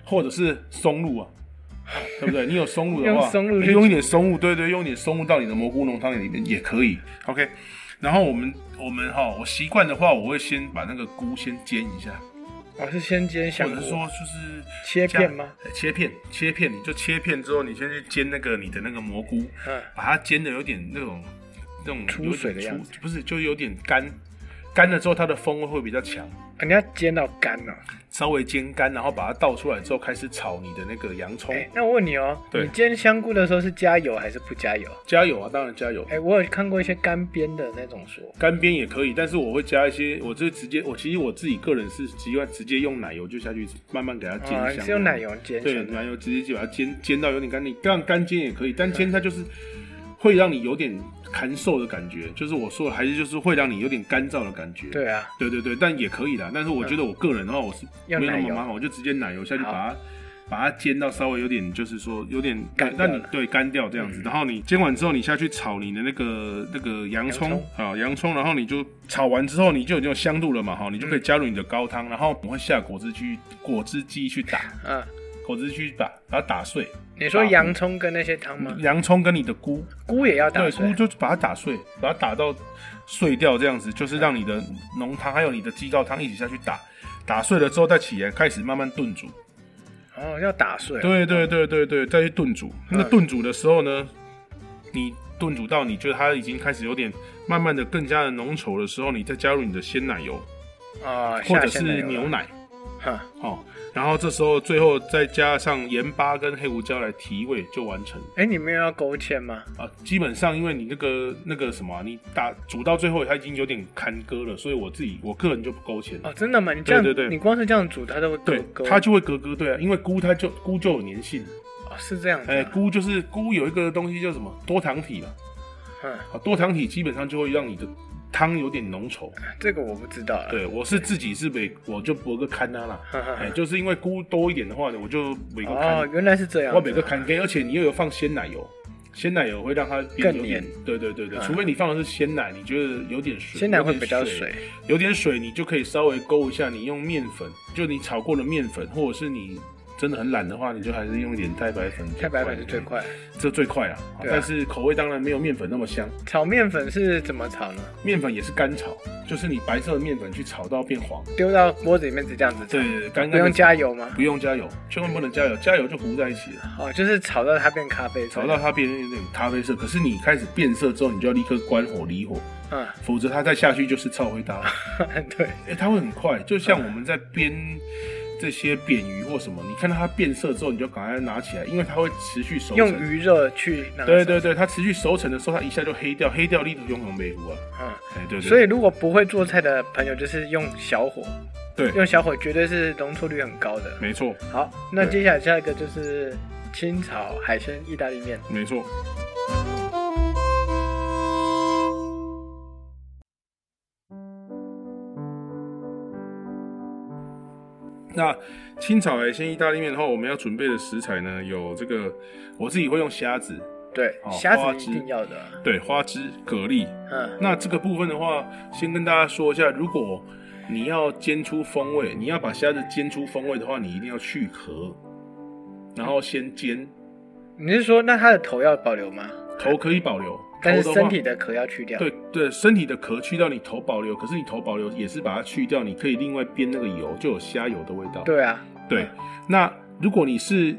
Speaker 1: 或者是松露啊。对不对？你有松露的话，
Speaker 2: <laughs> 用松露去
Speaker 1: 你用一点松露，对对，用一点松露到你的蘑菇浓汤里面也可以。OK，然后我们我们哈、我习惯的话，我会先把那个菇先煎一下，
Speaker 2: 我是先煎香
Speaker 1: 或
Speaker 2: 菇，
Speaker 1: 者是说就是
Speaker 2: 切片吗？
Speaker 1: 呃切片，切片，你就切片之后，你先去煎那个你的那个蘑菇，
Speaker 2: 嗯，
Speaker 1: 把它煎的有点那种那种
Speaker 2: 出
Speaker 1: 有点
Speaker 2: 水的样
Speaker 1: 出，不是，就有点干，干了之后它的风味会比较强，
Speaker 2: 啊你要煎到干哦。
Speaker 1: 稍微煎干，然后把它倒出来之后开始炒你的那个洋葱，
Speaker 2: 哎，那我问你哦，
Speaker 1: 对
Speaker 2: 你煎香菇的时候是加油还是不加油？
Speaker 1: 加油啊，当然加油。
Speaker 2: 哎，我有看过一些干煸的那种说，
Speaker 1: 干煸也可以，但是我会加一些，我就直接，我其实我自己个人是习惯直接用奶油就下去慢慢给它煎
Speaker 2: 啊，
Speaker 1: 香，
Speaker 2: 是用奶油煎
Speaker 1: 对，
Speaker 2: 香的。
Speaker 1: 奶油直接就把它煎煎到有点干，你让干煎也可以，但煎它就是会让你有点干瘦的感觉，就是我说的还是就是会让你有点干燥的感觉。
Speaker 2: 对啊，
Speaker 1: 对对对，但也可以的。但是我觉得我个人的话，我是
Speaker 2: 用
Speaker 1: 没有那
Speaker 2: 奶
Speaker 1: 么
Speaker 2: 油
Speaker 1: 麻烦，我就直接奶油下去
Speaker 2: 好
Speaker 1: 把它。把它煎到稍微有点，就是说有点
Speaker 2: 干
Speaker 1: 那
Speaker 2: 掉
Speaker 1: 你
Speaker 2: 了嗯
Speaker 1: 对干掉这样子，然后你煎完之后，你下去炒你的那个那个洋葱啊，洋葱，然后你就炒完之后，你就已经有香度了嘛，哈，你
Speaker 2: 嗯
Speaker 1: 就可以加入你的高汤，然后我会下果汁去果汁机去打，
Speaker 2: 嗯，
Speaker 1: 果汁去把把它打碎，
Speaker 2: 你说洋葱跟那些汤吗？
Speaker 1: 洋葱跟你的菇，
Speaker 2: 菇也要打
Speaker 1: 对，
Speaker 2: 碎
Speaker 1: 菇，就把它嗯打碎，把它打到碎掉这样子，就是让你的浓汤还有你的鸡高汤一起下去打，打碎了之后再起来开始慢慢炖煮，
Speaker 2: 哦，要打碎。
Speaker 1: 对对对对对，再去炖煮。嗯那炖煮的时候呢，你炖煮到你觉得它已经开始有点慢慢的更加的浓稠的时候，你再加入你的鲜奶油
Speaker 2: 啊，
Speaker 1: 或
Speaker 2: 下
Speaker 1: 者
Speaker 2: 线的
Speaker 1: 是
Speaker 2: 有
Speaker 1: 牛
Speaker 2: 了，
Speaker 1: 奶
Speaker 2: 哈，
Speaker 1: 哦，然后这时候最后再加上盐巴跟黑胡椒来提味就完成。
Speaker 2: 哎，你们有要勾芡吗？
Speaker 1: 啊，基本上因为你那个那个什么啊、你打煮到最后它已经有点干戈了，所以我自己我个人就不勾芡。
Speaker 2: 哦，真的吗？你这样，
Speaker 1: 对对对
Speaker 2: 你光是这样煮，它都会勾
Speaker 1: 对，
Speaker 2: 勾。
Speaker 1: 它就会格格对啊，因为菇它就菇就有粘性，
Speaker 2: 哦是这样子啊。
Speaker 1: 哎、菇就是菇有一个东西叫什么多糖体嘛，
Speaker 2: 嗯，
Speaker 1: 啊，多糖体基本上就会让你的汤有点浓稠。
Speaker 2: 这个我不知道了。
Speaker 1: 对，我是自己是没，我就不个看它啦，
Speaker 2: 哈哈哈
Speaker 1: 哎、就是因为菇多一点的话呢，我就每个看，
Speaker 2: 哦，原来是这样子啊。
Speaker 1: 我每个看给，而且你又有放鲜奶油。鲜奶油会让它变
Speaker 2: 更
Speaker 1: 有点
Speaker 2: 黏，嗯
Speaker 1: 对对对对，除非你放的是鲜奶，你觉得有点水，
Speaker 2: 鲜奶
Speaker 1: 有
Speaker 2: 会
Speaker 1: 点
Speaker 2: 比较
Speaker 1: 水
Speaker 2: 水，，
Speaker 1: 有点水，你就可以稍微勾一下。你用面粉，就你炒过的面粉，或者是你真的很懒的话，你就还是用一点太白粉。嗯
Speaker 2: 太白粉是最，快。
Speaker 1: 这最快啊。
Speaker 2: 对啊
Speaker 1: 但是口味当然没有面粉那么香，
Speaker 2: 炒面粉是怎么炒呢？
Speaker 1: 面粉也是干炒，就是你白色的面粉去炒到变黄。
Speaker 2: 丢到锅子里面直接这样子炒，
Speaker 1: 对对对，干干
Speaker 2: 不
Speaker 1: 的
Speaker 2: 用加油吗？
Speaker 1: 不用加油，千万不能加油，加油就糊在一起了，
Speaker 2: 哦，就是炒到它变咖啡色。
Speaker 1: 炒到它变成有点咖啡色。可是你开始变色之后，你就要立刻关火离火，
Speaker 2: 嗯，
Speaker 1: 否则它再下去就是超灰
Speaker 2: <laughs>
Speaker 1: 搭。
Speaker 2: 对，
Speaker 1: 哎、它会很快，就像我们在编这些扁鱼或什么，你看到它变色之后，你就赶快拿起来，因为它会持续熟
Speaker 2: 用啊
Speaker 1: 成。
Speaker 2: 余热去拿。
Speaker 1: 对对对，它持续熟成的时候，它一下就黑掉，黑掉立刻永恒没糊啊！
Speaker 2: 嗯。
Speaker 1: 哎、对对
Speaker 2: 所以，如果不会做菜的朋友，就是用小火，
Speaker 1: 对，
Speaker 2: 用小火绝对是容错率很高的。
Speaker 1: 没错
Speaker 2: 好，那
Speaker 1: 对
Speaker 2: 接下来下一个就是清炒海鲜意大利面。
Speaker 1: 没错。那清炒海鲜意大利面的话，我们要准备的食材呢，有这个我自己会用虾子，
Speaker 2: 对，
Speaker 1: 哦
Speaker 2: 虾
Speaker 1: 花
Speaker 2: 子
Speaker 1: 枝
Speaker 2: 一定要的。
Speaker 1: 对，花枝、蛤蜊，
Speaker 2: 嗯，
Speaker 1: 那这个部分的话，先跟大家说一下，如果你要煎出风味，你要把虾子煎出风味的话，你一定要去壳，然后先煎，
Speaker 2: 你是说那它的头要保留吗？
Speaker 1: 头可以保留，
Speaker 2: 但是
Speaker 1: 头的话
Speaker 2: 身体的壳要去掉。
Speaker 1: 对对，身体的壳去掉，你头保留，可是你头保留也是把它去掉，你可以另外煸那个油，就有虾油的味道。
Speaker 2: 对啊，
Speaker 1: 对，那如果你是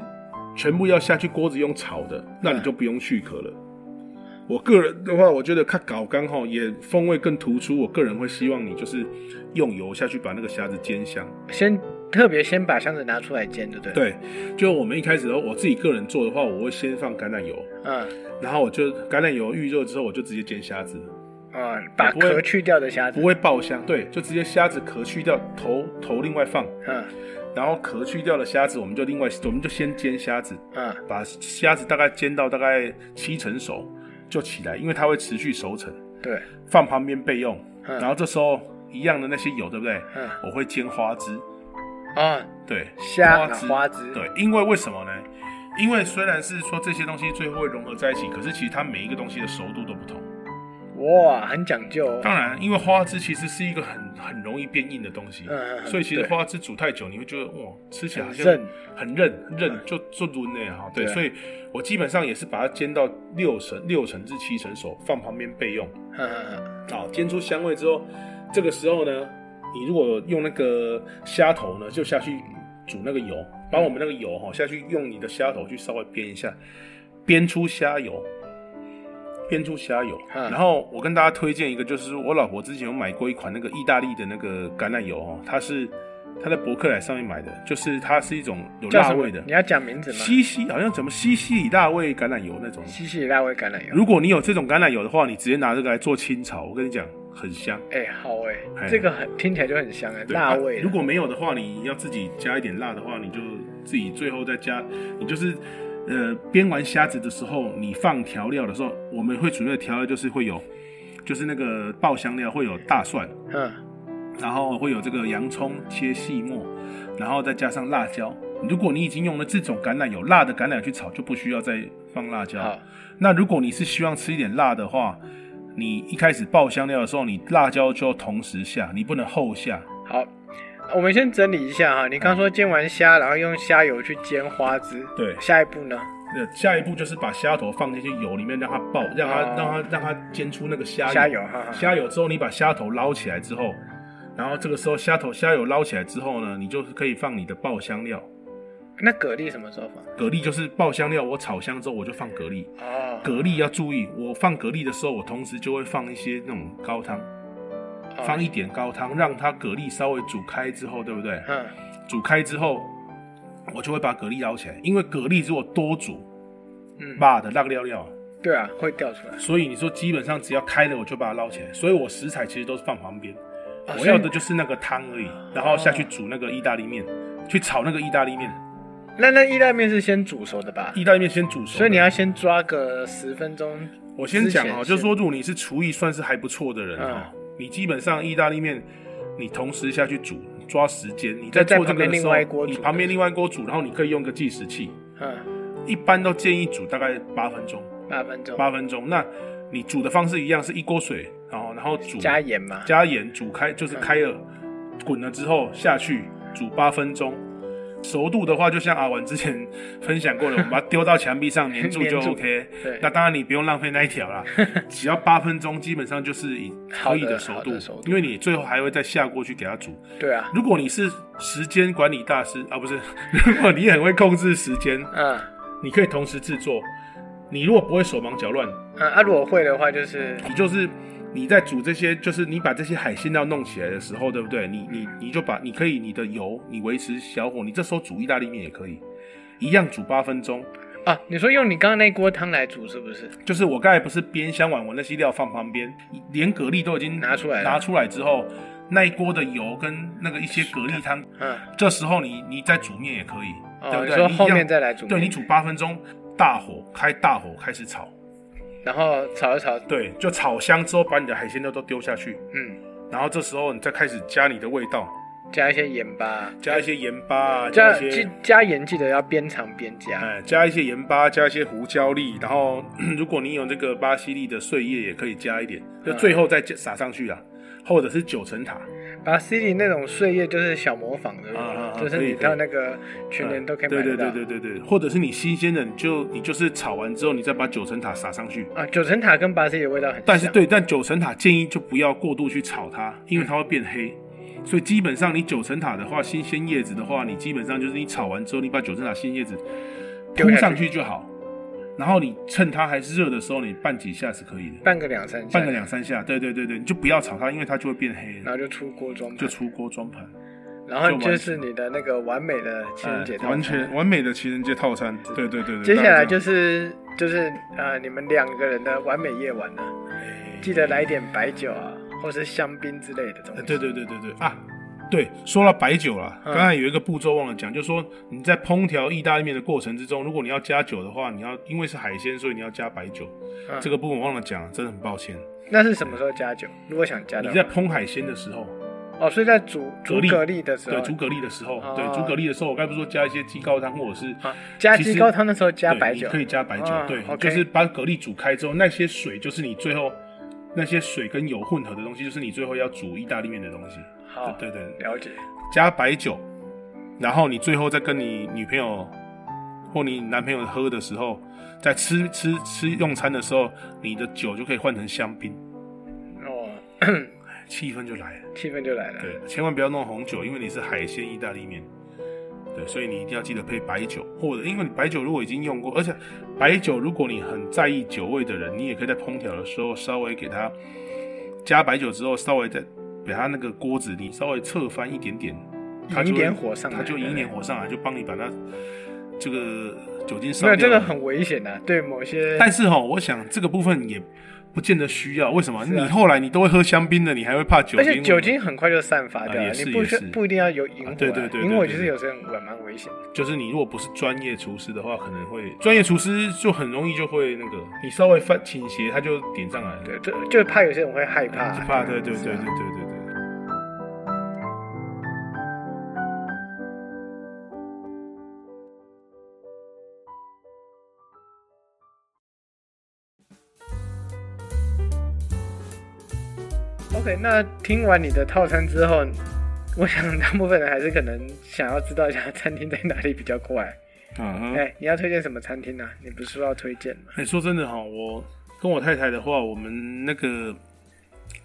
Speaker 1: 全部要下去锅子用炒的，那
Speaker 2: 嗯
Speaker 1: 你就不用去壳了。我个人的话，我觉得看搞干吼也风味更突出。我个人会希望你就是用油下去把那个虾子煎香。
Speaker 2: 先特别先把箱子拿出来煎，对不对？，
Speaker 1: 对，就我们一开始的话我自己个人做的话，我会先放橄榄油，
Speaker 2: 嗯
Speaker 1: 然后我就橄榄油预热之后，我就直接煎虾子，
Speaker 2: 嗯，把
Speaker 1: 也不会
Speaker 2: 壳去掉的虾子
Speaker 1: 不，会爆香。对，就直接虾子壳去掉，头头另外放，
Speaker 2: 嗯
Speaker 1: 然后壳去掉的虾子，我们就另外我们就先煎虾子，
Speaker 2: 嗯
Speaker 1: 把虾子大概煎到大概七成熟就起来，因为它会持续熟成，
Speaker 2: 对，
Speaker 1: 放旁边备用。
Speaker 2: 嗯
Speaker 1: 然后这时候一样的那些油，对不对？
Speaker 2: 嗯
Speaker 1: 我会煎花枝，
Speaker 2: 啊
Speaker 1: 对，
Speaker 2: 虾啊
Speaker 1: 花枝，
Speaker 2: 花枝
Speaker 1: 对，因为为什么呢？因为虽然是说这些东西最后会融合在一起，可是其实它每一个东西的熟度都不同。
Speaker 2: 哇，很讲究哦。
Speaker 1: 当然，因为花枝其实是一个很很容易变硬的东西，
Speaker 2: 嗯嗯嗯
Speaker 1: 所以其实
Speaker 2: 对
Speaker 1: 花枝煮太久，你会觉得哇，吃起来好像
Speaker 2: 很韧哎
Speaker 1: 很韧，很韧就就抡呢哈。对，
Speaker 2: 对
Speaker 1: 所以我基本上也是把它煎到六成、六成至七成熟，放旁边备用。
Speaker 2: 嗯嗯
Speaker 1: 好，哦煎出香味之后，这个时候呢，你如果用那个虾头呢，就下去煮那个油，把我们那个油哈下去，用你的虾头去稍微煸一下，煸出虾油，煸出虾油。
Speaker 2: 嗯
Speaker 1: 然后我跟大家推荐一个，就是我老婆之前有买过一款那个意大利的那个橄榄油哦，它是她在博客来上面买的，就是它是一种有
Speaker 2: 嗯，叫
Speaker 1: 辣
Speaker 2: 什么
Speaker 1: 味的，
Speaker 2: 你要讲名字吗？
Speaker 1: 西西好像什么西西里辣味橄榄油那种。
Speaker 2: 西西里辣味橄榄油。
Speaker 1: 如果你有这种橄榄油的话，你直接拿这个来做清炒，我跟你讲很香。
Speaker 2: 哎、好哎、
Speaker 1: 哎
Speaker 2: 这个很听起来就很香哎、
Speaker 1: 对
Speaker 2: 辣
Speaker 1: 啊
Speaker 2: 味的、
Speaker 1: 如果没有的话，你要自己加一点辣的话，你就自己最后再加。你就是呃，煸完虾子的时候，你放调料的时候，我们会准备的调料就是会有，就是那个爆香料会有大蒜，
Speaker 2: 嗯
Speaker 1: 然后会有这个洋葱切细末，然后再加上辣椒。如果你已经用了这种橄榄油辣的橄榄去炒，就不需要再放辣椒。
Speaker 2: 好
Speaker 1: 那如果你是希望吃一点辣的话，你一开始爆香料的时候，你辣椒就要同时下，你不能后下。
Speaker 2: 好，啊我们先整理一下哈。你刚说煎完虾，然后用虾油去煎花枝，
Speaker 1: 对
Speaker 2: 下一步呢？
Speaker 1: 那下一步就是把虾头放进去油里面，让它爆，让它、
Speaker 2: 哦
Speaker 1: 让它让它煎出那个虾油。
Speaker 2: 虾油，哈哈。
Speaker 1: 虾油之后，你把虾头捞起来之后，然后这个时候虾头虾油捞起来之后呢，你就是可以放你的爆香料。
Speaker 2: 那蛤蜊什么时候放？
Speaker 1: 蛤蜊就是爆香料，我炒香之后我就放蛤蜊。
Speaker 2: 哦，
Speaker 1: 蛤蜊要注意，我放蛤蜊的时候，我同时就会放一些那种高汤，
Speaker 2: 哦
Speaker 1: 放一点高汤，让它蛤蜊稍微煮开之后，对不对？
Speaker 2: 嗯，
Speaker 1: 煮开之后，我就会把蛤蜊捞起来，因为蛤蜊如果多煮，
Speaker 2: 嗯
Speaker 1: 辣的辣料料。
Speaker 2: 对啊，会掉出来。
Speaker 1: 所以你说基本上只要开了我就把它捞起来，所以我食材其实都是放旁边，
Speaker 2: 啊
Speaker 1: 我要的就是那个汤而已，然后下去煮那个意大利面，去炒那个意大利面，
Speaker 2: 那那意大利面是先煮熟的吧？
Speaker 1: 意大利面先煮熟。
Speaker 2: 所以你要先抓个十分钟。
Speaker 1: 我先讲哦，
Speaker 2: 之前啊
Speaker 1: 就是说如果你是厨艺算是还不错的人哦，你基本上意大利面你同时下去煮。抓时间，你在
Speaker 2: 就
Speaker 1: 做
Speaker 2: 在
Speaker 1: 这个
Speaker 2: 旁边
Speaker 1: 的时
Speaker 2: 另外一
Speaker 1: 候，
Speaker 2: 锅煮
Speaker 1: 你旁边另外一锅煮，然后你可以用个计时器，
Speaker 2: 嗯，
Speaker 1: 一般都建议煮大概八分钟，
Speaker 2: 八分钟。
Speaker 1: 八分钟。那你煮的方式一样，是一锅水，然后然后煮
Speaker 2: 加盐嘛？
Speaker 1: 加盐煮开，就是开了，滚了之后下去煮八分钟。熟度的话，就像阿文之前分享过的，我们把它丢到墙壁上粘住就
Speaker 2: <laughs> 粘住
Speaker 1: OK
Speaker 2: 对。
Speaker 1: 那当然你不用浪费那一条
Speaker 2: <laughs>
Speaker 1: 啦，只要八分钟，基本上就是以可以
Speaker 2: 好的
Speaker 1: 熟
Speaker 2: 好
Speaker 1: 度
Speaker 2: 的熟，度
Speaker 1: 因为你最后还会再下锅去给它煮。
Speaker 2: 对啊。
Speaker 1: 如果你是时间管理大师啊，不是， <laughs> 如果你很会控制时间，
Speaker 2: 嗯
Speaker 1: 你可以同时制作。你如果不会手忙脚乱，
Speaker 2: 嗯，啊，如果会的话就是
Speaker 1: 你就是你在煮这些，就是你把这些海鲜料弄起来的时候，对不对？你你你就把你可以你的油你维持小火，你这时候煮意大利面也可以，一样煮八分钟。
Speaker 2: 啊，你说用你刚刚那锅汤来煮是不是？
Speaker 1: 就是我刚才不是煸香丸，我那些料放旁边，连蛤蜊都已经
Speaker 2: 拿出来了
Speaker 1: 拿出来之后，那一锅的油跟那个一些蛤蜊汤，
Speaker 2: 嗯，
Speaker 1: 这时候你你再煮面也可以，对
Speaker 2: 哦，
Speaker 1: 不
Speaker 2: 你
Speaker 1: 对？
Speaker 2: 说
Speaker 1: 你一
Speaker 2: 后
Speaker 1: 样
Speaker 2: 面再来煮面。
Speaker 1: 对你煮八分钟，大火开大火开始炒，
Speaker 2: 然后炒一炒，
Speaker 1: 对，就炒香之后把你的海鲜料都丢下去，
Speaker 2: 嗯，
Speaker 1: 然后这时候你再开始加你的味道，
Speaker 2: 加一些盐巴，
Speaker 1: 加一些盐巴啊，加
Speaker 2: 呃加
Speaker 1: 一
Speaker 2: 记
Speaker 1: 些
Speaker 2: 加盐记得要边尝边加，
Speaker 1: 哎，加一些盐巴，加一些胡椒粒，然 <clears throat>
Speaker 2: 嗯
Speaker 1: 后如果你有这个巴西粒的碎叶，也可以加一点，就最后再加撒上去啊。或者是九层塔。
Speaker 2: 把 CD 那种碎叶就是小模仿的，
Speaker 1: 嗯啊啊啊
Speaker 2: 就是
Speaker 1: 可以
Speaker 2: 你到那个全年都可以买
Speaker 1: 对
Speaker 2: 得
Speaker 1: 对
Speaker 2: 到。
Speaker 1: 对对对对，或者是你新鲜的，你就你就是炒完之后，你再把九层塔撒上去。
Speaker 2: 啊，九层塔跟巴西的味道很像，
Speaker 1: 但是对，但九层塔建议就不要过度去炒它，因为它会变黑。所以基本上你九层塔的话，新鲜叶子的话，你基本上就是你炒完之后，你把九层塔新叶子
Speaker 2: 丢
Speaker 1: 铺
Speaker 2: 下去
Speaker 1: 上去就好。然后你趁它还是热的时候，你拌几下是可以的，
Speaker 2: 半个两三下，
Speaker 1: 拌个两三下。对对对对，你就不要炒它，因为它就会变黑
Speaker 2: 然，后就出锅装
Speaker 1: 就
Speaker 2: 盘，
Speaker 1: 出锅装盘。
Speaker 2: 然后就是你的那个完美的情人节套餐。
Speaker 1: 哎完全完美的情人节套餐。对对对对。
Speaker 2: 接下来就是是就是呃，你们两个人的完美夜晚了、记得来一点白酒啊，或是香槟之类的东西。
Speaker 1: 哎对对对对对啊！对，说到白酒啦，
Speaker 2: 嗯
Speaker 1: 刚才有一个步骤忘了讲，就是说你在烹调意大利面的过程之中，如果你要加酒的话，你要因为是海鲜，所以你要加白酒。
Speaker 2: 嗯
Speaker 1: 这个部分我忘了讲，真的很抱歉。
Speaker 2: 那是什么时候加酒？如果想加
Speaker 1: 你
Speaker 2: 的话
Speaker 1: 在烹海鲜的时候，
Speaker 2: 哦，所以在煮煮
Speaker 1: 蛤蜊
Speaker 2: 蛤蜊的时候，
Speaker 1: 对煮蛤蜊的时候，
Speaker 2: 哦
Speaker 1: 对煮蛤蜊的时候，我该不是说加一些鸡高汤或者是
Speaker 2: 啊加
Speaker 1: 其实
Speaker 2: 鸡高汤的时候加
Speaker 1: 对
Speaker 2: 白
Speaker 1: 你
Speaker 2: 酒，
Speaker 1: 可以加白酒，
Speaker 2: 啊
Speaker 1: 对，
Speaker 2: OK
Speaker 1: 就是把蛤蜊煮开之后，那些水就是你最后那些水跟油混合的东西，就是你最后要煮意大利面的东西。
Speaker 2: 好
Speaker 1: 对对，对
Speaker 2: 了解。
Speaker 1: 加白酒，然后你最后再跟你女朋友或你男朋友喝的时候，在吃吃吃用餐的时候，你的酒就可以换成香槟，
Speaker 2: 哦，
Speaker 1: 气氛就来了。
Speaker 2: 气氛就来了。
Speaker 1: 对，千万不要弄红酒，因为你是海鲜意大利面。对，所以你一定要记得配白酒，或者因为你白酒如果已经用过，而且白酒如果你很在意酒味的人，你也可以在烹调的时候稍微给它加白酒之后，稍微再给它那个锅子你稍微侧翻一点点，它就
Speaker 2: 引一
Speaker 1: 会
Speaker 2: 点火上来
Speaker 1: 它就
Speaker 2: 对
Speaker 1: 引一
Speaker 2: 不对
Speaker 1: 点火上来，就帮你把它这个酒精烧
Speaker 2: 没
Speaker 1: 掉
Speaker 2: 有
Speaker 1: 了。
Speaker 2: 这个很危险的、对某些
Speaker 1: 但是哈，我想这个部分也不见得需要，为什么？
Speaker 2: 是啊
Speaker 1: 你后来你都会喝香槟的，你还会怕酒
Speaker 2: 而
Speaker 1: 精味
Speaker 2: 且
Speaker 1: 吗？
Speaker 2: 酒精很快就散发掉
Speaker 1: 啊
Speaker 2: 了，
Speaker 1: 也是
Speaker 2: 你不需
Speaker 1: 也是
Speaker 2: 不一定要有引火、啊
Speaker 1: 啊对对对对
Speaker 2: 引火
Speaker 1: 对
Speaker 2: 其
Speaker 1: 对
Speaker 2: 实有时候很蛮危险的。
Speaker 1: 就是你如果不是专业厨师的话，可能会专业厨师就很容易就会那个，你稍微翻倾斜，他就点上来了，
Speaker 2: 对，就就怕有些人会害怕，
Speaker 1: 就怕，对对对
Speaker 2: 是
Speaker 1: 对对
Speaker 2: 啊
Speaker 1: 对对。
Speaker 2: OK，那听完你的套餐之后，我想大部分人还是可能想要知道一下餐厅在哪里比较快。
Speaker 1: 嗯
Speaker 2: 哎、
Speaker 1: 哼，
Speaker 2: 你要推荐什么餐厅呢、啊？你不是说要推荐吗？
Speaker 1: 哎，说真的哈，我跟我太太的话，我们那个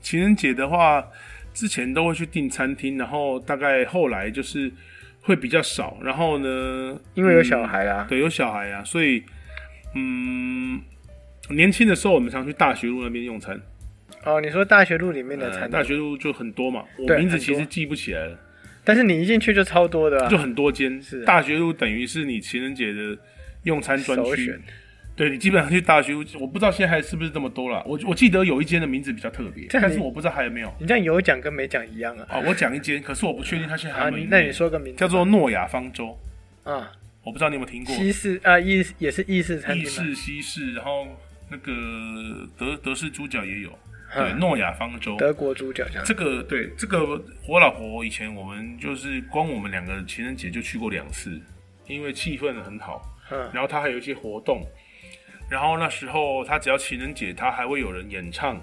Speaker 1: 情人节的话，之前都会去订餐厅，然后大概后来就是会比较少，然后呢，嗯
Speaker 2: 因为有小孩啦、
Speaker 1: 对，有小孩啊，所以嗯，年轻的时候我们常去大学路那边用餐。
Speaker 2: 哦，你说大学路里面的餐
Speaker 1: 呃
Speaker 2: 厅，
Speaker 1: 大学路就很多嘛，我
Speaker 2: 对
Speaker 1: 名字
Speaker 2: 很
Speaker 1: 其实
Speaker 2: 多
Speaker 1: 记不起来了，
Speaker 2: 但是你一进去就超多的、啊，
Speaker 1: 就很多间。
Speaker 2: 是啊
Speaker 1: 大学路等于是你情人节的用餐专
Speaker 2: 首
Speaker 1: 区
Speaker 2: 选，。
Speaker 1: 对你基本上去大学路，我不知道现在还是不是这么多了。我我记得有一间的名字比较特别，
Speaker 2: 这样
Speaker 1: 但
Speaker 2: 你
Speaker 1: 是我不知道还有没有
Speaker 2: 你这样有讲跟没讲一样啊。 <laughs>
Speaker 1: 啊。我讲一间，可是我不确定它现在还
Speaker 2: 啊，
Speaker 1: 有没有
Speaker 2: 你
Speaker 1: 营业。
Speaker 2: 那你说个名字
Speaker 1: 叫做诺亚方舟，
Speaker 2: 啊，
Speaker 1: 我不知道你有没有听过
Speaker 2: 西式啊意也是意式餐
Speaker 1: 意
Speaker 2: 厅吗？
Speaker 1: 式、西式，然后那个德德式猪脚也有。
Speaker 2: 嗯
Speaker 1: 对，诺亚方舟，
Speaker 2: 德国猪脚这样。
Speaker 1: 这个对这个，我老婆以前我们就是光我们两个情人节就去过两次，因为气氛很好，
Speaker 2: 嗯，
Speaker 1: 然后她还有一些活动，然后那时候她只要情人节，她还会有人演唱，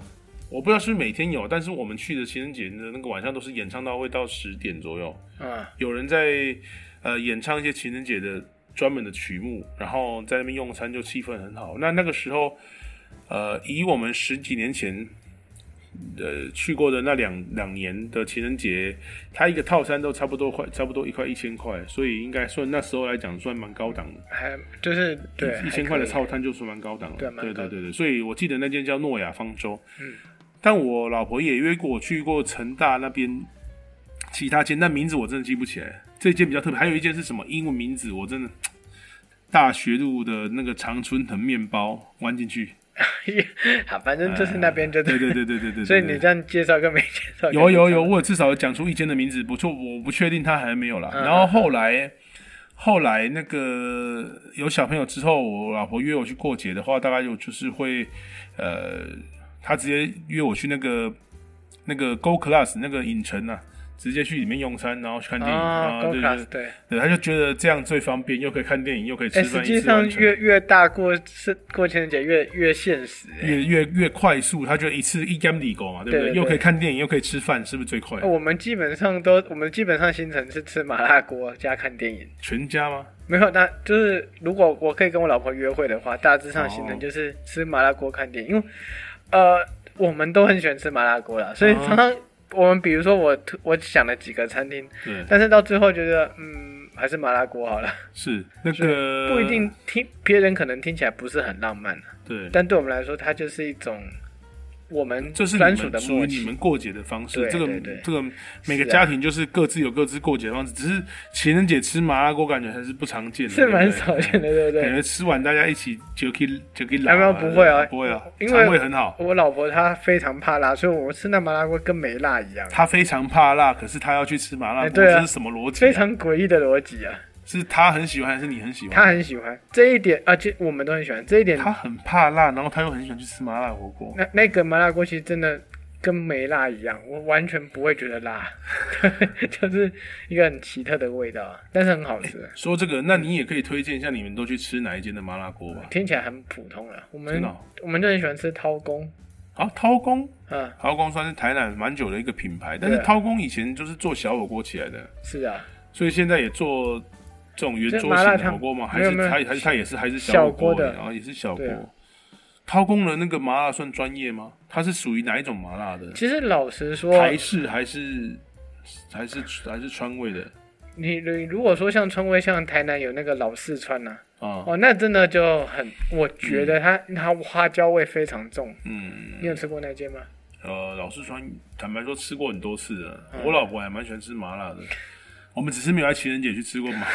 Speaker 1: 我不知道是不是每天有，但是我们去的情人节的那个晚上都是演唱到会到十点左右，
Speaker 2: 啊，
Speaker 1: 有人在呃演唱一些情人节的专门的曲目，然后在那边用餐就气氛很好。那那个时候，呃，以我们十几年前呃去过的那两两年的情人节，它一个套餐都差不多快差不多一块一千块，所以应该算那时候来讲算蛮高档的。
Speaker 2: 还就是对
Speaker 1: 一千
Speaker 2: 还
Speaker 1: 块的
Speaker 2: 可以
Speaker 1: 套餐就算蛮高档了。
Speaker 2: 对蛮
Speaker 1: 对
Speaker 2: 高
Speaker 1: 对
Speaker 2: 的
Speaker 1: 对对，所以我记得那间叫诺亚方舟。嗯，但我老婆也约过我去过成大那边其他间，但名字我真的记不起来。这间比较特别，还有一间是什么英文名字，我真的大学路的那个常春藤面包弯进去。
Speaker 2: <laughs> 好，反正就是那边就
Speaker 1: 哎对对对对对对对。
Speaker 2: 所以你这样介绍跟没介绍
Speaker 1: 有有有，我至少有讲出一间的名字，不错，我不确定他还没有啦。
Speaker 2: 嗯
Speaker 1: 然后后来，后来那个有小朋友之后，我老婆约我去过节的话，大概就就是会，呃，她直接约我去那个那个 Go Class 那个影城啊，直接去里面用餐，然后去看电影
Speaker 2: 啊
Speaker 1: 啊，
Speaker 2: ，Go
Speaker 1: 对
Speaker 2: Class
Speaker 1: 对
Speaker 2: 对。
Speaker 1: 对，他就觉得这样最方便，又可以看电影，又可以吃
Speaker 2: 哎，
Speaker 1: 饭，
Speaker 2: 实
Speaker 1: 一
Speaker 2: 际
Speaker 1: 次
Speaker 2: 上
Speaker 1: 完成
Speaker 2: 越越大过是过情人节越越现实、哎
Speaker 1: 越越越快速，他就一次一干里狗嘛，对不
Speaker 2: 对哦对对
Speaker 1: 又可以看电影，又可以吃饭，是不是最快？
Speaker 2: 我们基本上都，我们基本上行程是吃麻辣锅加看电影。
Speaker 1: 全家吗？
Speaker 2: 没有，那就是如果我可以跟我老婆约会的话，大致上行
Speaker 1: 哦
Speaker 2: 程就是吃麻辣锅看电影，因为呃，我们都很喜欢吃麻辣锅啦，所以
Speaker 1: 哦
Speaker 2: 常常我们比如说我我想了几个餐厅，
Speaker 1: 对，
Speaker 2: 但是到最后觉得嗯，还是麻辣锅好了，
Speaker 1: 是那个
Speaker 2: 不一定听别人可能听起来不是很浪漫，啊
Speaker 1: 对，
Speaker 2: 但对我们来说，它就是一种我们
Speaker 1: 这是
Speaker 2: 专
Speaker 1: 你
Speaker 2: 属
Speaker 1: 们
Speaker 2: 的
Speaker 1: 属
Speaker 2: 默
Speaker 1: 于你
Speaker 2: 契。
Speaker 1: 们过节的方式。
Speaker 2: 对
Speaker 1: 这个
Speaker 2: 对对
Speaker 1: 这个每个
Speaker 2: 是啊
Speaker 1: 家庭就是各自有各自过节的方式，只是情人节吃麻辣锅感觉还是不常见的，
Speaker 2: 是
Speaker 1: 对
Speaker 2: 蛮
Speaker 1: 不对
Speaker 2: 少见的，对不对？
Speaker 1: 感觉吃完大家一起就可以就可以拉
Speaker 2: 哎没有
Speaker 1: 嘛
Speaker 2: 不会啊
Speaker 1: 不会啊，
Speaker 2: 因为
Speaker 1: 肠胃很好。
Speaker 2: 我老婆她非常怕辣，所以我吃那麻辣锅跟没辣一样，
Speaker 1: 他非常怕辣，可是他要去吃麻辣
Speaker 2: 哎
Speaker 1: 锅，
Speaker 2: 对啊
Speaker 1: 这是什么逻辑
Speaker 2: 非
Speaker 1: 啊？
Speaker 2: 常诡异的逻辑啊。
Speaker 1: 是他很喜欢还是你很喜欢？
Speaker 2: 她很喜欢这一点，而、且我们都很喜欢这一点。
Speaker 1: 他很怕辣，然后他又很喜欢去吃麻辣火锅。
Speaker 2: 那那个麻辣锅其实真的跟没辣一样，我完全不会觉得辣， <laughs> 就是一个很奇特的味道啊，但是很好吃。
Speaker 1: 说这个，那你也可以推荐一下你们都去吃哪一间的麻辣锅吧？
Speaker 2: 听起来很普通了，我
Speaker 1: 真
Speaker 2: 们
Speaker 1: 的哦
Speaker 2: 我们就很喜欢吃掏公，
Speaker 1: 好，涛公，
Speaker 2: 啊，
Speaker 1: 涛公算是台南蛮久的一个品牌，但是
Speaker 2: 对啊
Speaker 1: 涛公以前就是做小火锅起来的，
Speaker 2: 是啊，
Speaker 1: 所以现在也做这种圆
Speaker 2: 这
Speaker 1: 桌
Speaker 2: 麻
Speaker 1: 型
Speaker 2: 辣
Speaker 1: 的火
Speaker 2: 汤
Speaker 1: 锅吗？还
Speaker 2: 没有
Speaker 1: 是
Speaker 2: 没有
Speaker 1: 它还是它也是还是
Speaker 2: 小
Speaker 1: 火锅
Speaker 2: 锅的
Speaker 1: 然后也是小锅
Speaker 2: 对啊。
Speaker 1: 涛公的那个麻辣算专业吗？它是属于哪一种麻辣的？
Speaker 2: 其实老实说，
Speaker 1: 台式还是还是还是川味的
Speaker 2: 你你如果说像川味，像台南有那个老四川呐、
Speaker 1: 啊？
Speaker 2: 哦，那真的就很，我觉得它、它花椒味非常重。
Speaker 1: 嗯，
Speaker 2: 你有吃过那间吗？
Speaker 1: 呃，老四川，坦白说吃过很多次了。
Speaker 2: 嗯
Speaker 1: 我老婆还蛮喜欢吃麻辣的，我们只是没有在情人节去吃过
Speaker 2: <laughs>
Speaker 1: 麻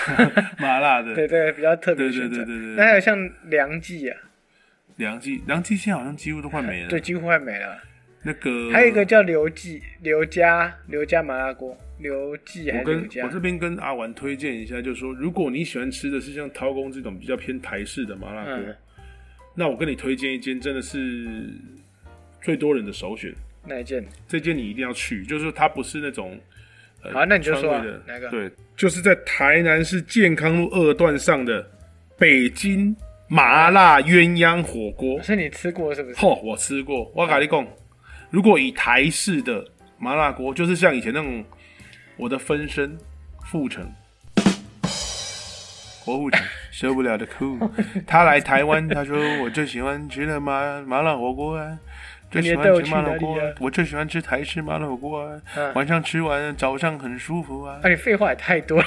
Speaker 1: 麻辣的。
Speaker 2: 对对，比较特别
Speaker 1: 对对
Speaker 2: 选
Speaker 1: 对
Speaker 2: 择。
Speaker 1: 对对对
Speaker 2: 那还有像梁记啊，
Speaker 1: 梁记，梁记现在好像几乎都快没了。
Speaker 2: 对，，几乎快没了。
Speaker 1: 那个
Speaker 2: 还有一个叫刘记，刘家刘家麻辣锅，刘记还
Speaker 1: 我
Speaker 2: 是
Speaker 1: 跟
Speaker 2: 刘家
Speaker 1: 我？这边跟阿丸推荐一下，就是说，如果你喜欢吃的是像涛公这种比较偏台式的麻辣锅，
Speaker 2: 嗯
Speaker 1: 那我跟你推荐一间真的是最多人的首选，
Speaker 2: 那一间？
Speaker 1: 这间你一定要去，就是说它不是那种。呃
Speaker 2: 好那你就说啊
Speaker 1: 川味的
Speaker 2: 哪个
Speaker 1: 对，就是在台南市健康路二段上的北京麻辣鸳鸯火锅。
Speaker 2: 是你吃过是不是？
Speaker 1: 嚯、我吃过，我跟你讲，如果以台式的麻辣锅，就是像以前那种我的分身傅城，郭
Speaker 2: <laughs>
Speaker 1: 富城受不了的哭，他来台湾，他说我最喜欢吃的麻麻辣火锅
Speaker 2: <laughs>
Speaker 1: 啊。最喜欢吃麻辣锅、
Speaker 2: 你也带我去哪里啊
Speaker 1: 我最喜欢吃台式麻辣火锅啊！
Speaker 2: 嗯
Speaker 1: 晚上吃完，早上很舒服啊。
Speaker 2: 啊，你废话也太多
Speaker 1: <laughs>
Speaker 2: 了。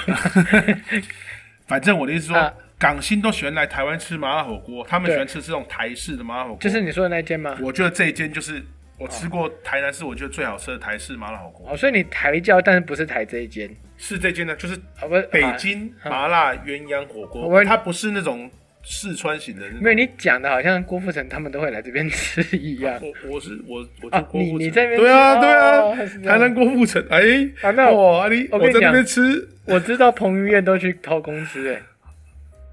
Speaker 1: 反正我的意思说，
Speaker 2: 啊
Speaker 1: 港星都喜欢来台湾吃麻辣火锅，他们
Speaker 2: 对
Speaker 1: 喜欢吃这种台式的麻辣火锅。
Speaker 2: 就是你说的那间吗？
Speaker 1: 我觉得这一间就是我吃过台南市我觉得最好吃的台式麻辣火锅，
Speaker 2: 哦，所以你台教，但是不是台这一间？
Speaker 1: 是这间呢，就是
Speaker 2: 啊，不是
Speaker 1: 北。
Speaker 2: 啊
Speaker 1: 京麻辣鸳鸯火
Speaker 2: 我
Speaker 1: 锅，
Speaker 2: 问
Speaker 1: 它不是那种四川型的那种。
Speaker 2: 没有，你讲的好像郭富城他们都会来这边吃一样。
Speaker 1: 我我是我我就
Speaker 2: 啊
Speaker 1: 郭富城，
Speaker 2: 你你在那边
Speaker 1: 对啊
Speaker 2: 吃
Speaker 1: 对
Speaker 2: 哦
Speaker 1: 啊
Speaker 2: 是，这样
Speaker 1: 台南郭富城，哎，
Speaker 2: 啊那我
Speaker 1: 哇你
Speaker 2: 我跟
Speaker 1: 我
Speaker 2: 你
Speaker 1: 在那边
Speaker 2: 讲
Speaker 1: 吃，
Speaker 2: 我知道彭于晏都去偷公司哎、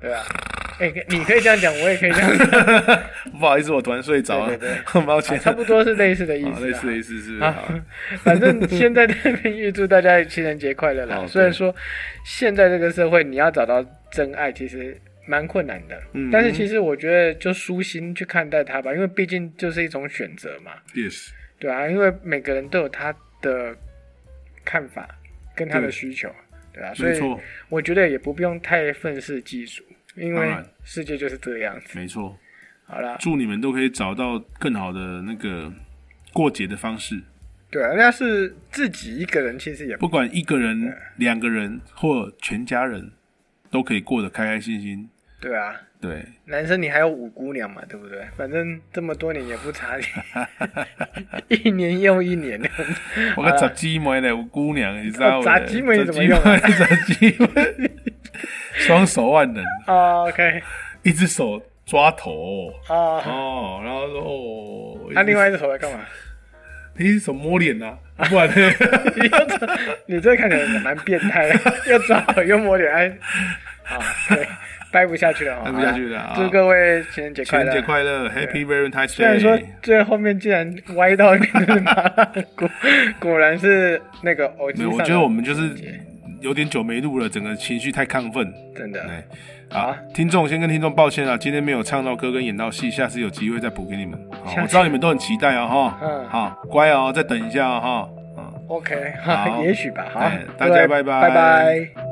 Speaker 2: 对啊，哎、你可以这样讲，我也可以这样讲，
Speaker 1: 不好意思，我突然睡着了
Speaker 2: 对对，啊
Speaker 1: 很 <laughs> 抱歉，
Speaker 2: 差不多是类似的意思、
Speaker 1: 好
Speaker 2: 啊，
Speaker 1: 类似的意思是不是
Speaker 2: 啊
Speaker 1: 好
Speaker 2: <laughs> 反正现在这边预祝大家情人节快乐
Speaker 1: 哦
Speaker 2: 啦。
Speaker 1: 对
Speaker 2: 虽然说现在这个社会，你要找到真爱其实蛮困难的，
Speaker 1: 嗯
Speaker 2: 但是其实我觉得就舒心去看待它吧，因为毕竟就是一种选择嘛，
Speaker 1: ，yes，
Speaker 2: 对啊，因为每个人都有他的看法跟他
Speaker 1: 对
Speaker 2: 的需求，对啊，所
Speaker 1: 没
Speaker 2: 以
Speaker 1: 错
Speaker 2: 我觉得也不用太愤世嫉俗，因
Speaker 1: 当
Speaker 2: 为
Speaker 1: 然
Speaker 2: 世界就是这样子。
Speaker 1: 没错，
Speaker 2: 好啦，
Speaker 1: 祝你们都可以找到更好的那个过节的方式。
Speaker 2: 对啊，要是自己一个人，其实也不
Speaker 1: 不管一个人、两个人或全家人，都可以过得开开心心。
Speaker 2: 对啊。
Speaker 1: 对，
Speaker 2: 男生你还有五姑娘嘛，对不对？反正这么多年也不差你，
Speaker 1: <laughs>
Speaker 2: 一年又一年。 <laughs>
Speaker 1: 我个杂鸡妹嘞，我姑娘，你知道
Speaker 2: 哦杂鸡妹怎么啊用啊
Speaker 1: 杂鸡妹， <laughs> 双手万能，
Speaker 2: 啊 OK，
Speaker 1: 一只手抓头
Speaker 2: 啊，
Speaker 1: 哦，然后说哦，
Speaker 2: 那另外一只手在干嘛？ <laughs>
Speaker 1: 一只手摸脸呐、啊，不然呢
Speaker 2: 你又抓 <laughs> 你这看起来蛮变态的，又抓耳又摸脸，哎，啊，对，掰不下去了啊，
Speaker 1: 掰不下去了啊
Speaker 2: 祝各位情人节
Speaker 1: 情
Speaker 2: 快
Speaker 1: 人
Speaker 2: 乐！
Speaker 1: 节快乐，Happy Valentine's
Speaker 2: 虽然说
Speaker 1: Day。
Speaker 2: 最后面竟然歪到变成麻辣锅，果然是那个偶机
Speaker 1: 没有，
Speaker 2: 上的
Speaker 1: 我觉得我们就是
Speaker 2: 情人节
Speaker 1: 有点久没录了，整个情绪太亢奋。
Speaker 2: 真的
Speaker 1: 哎，好
Speaker 2: 好，
Speaker 1: 听众先跟听众抱歉啊，今天没有唱到歌跟演到戏，下次有机会再补给你们。好
Speaker 2: 下次
Speaker 1: 我知道你们都很期待啊，哈，
Speaker 2: 嗯
Speaker 1: 好，乖哦，再等一下啊哈，嗯。
Speaker 2: ，OK，
Speaker 1: 好
Speaker 2: 也许吧，好
Speaker 1: 哎，大家
Speaker 2: 各
Speaker 1: 拜
Speaker 2: 位
Speaker 1: 拜
Speaker 2: 拜拜。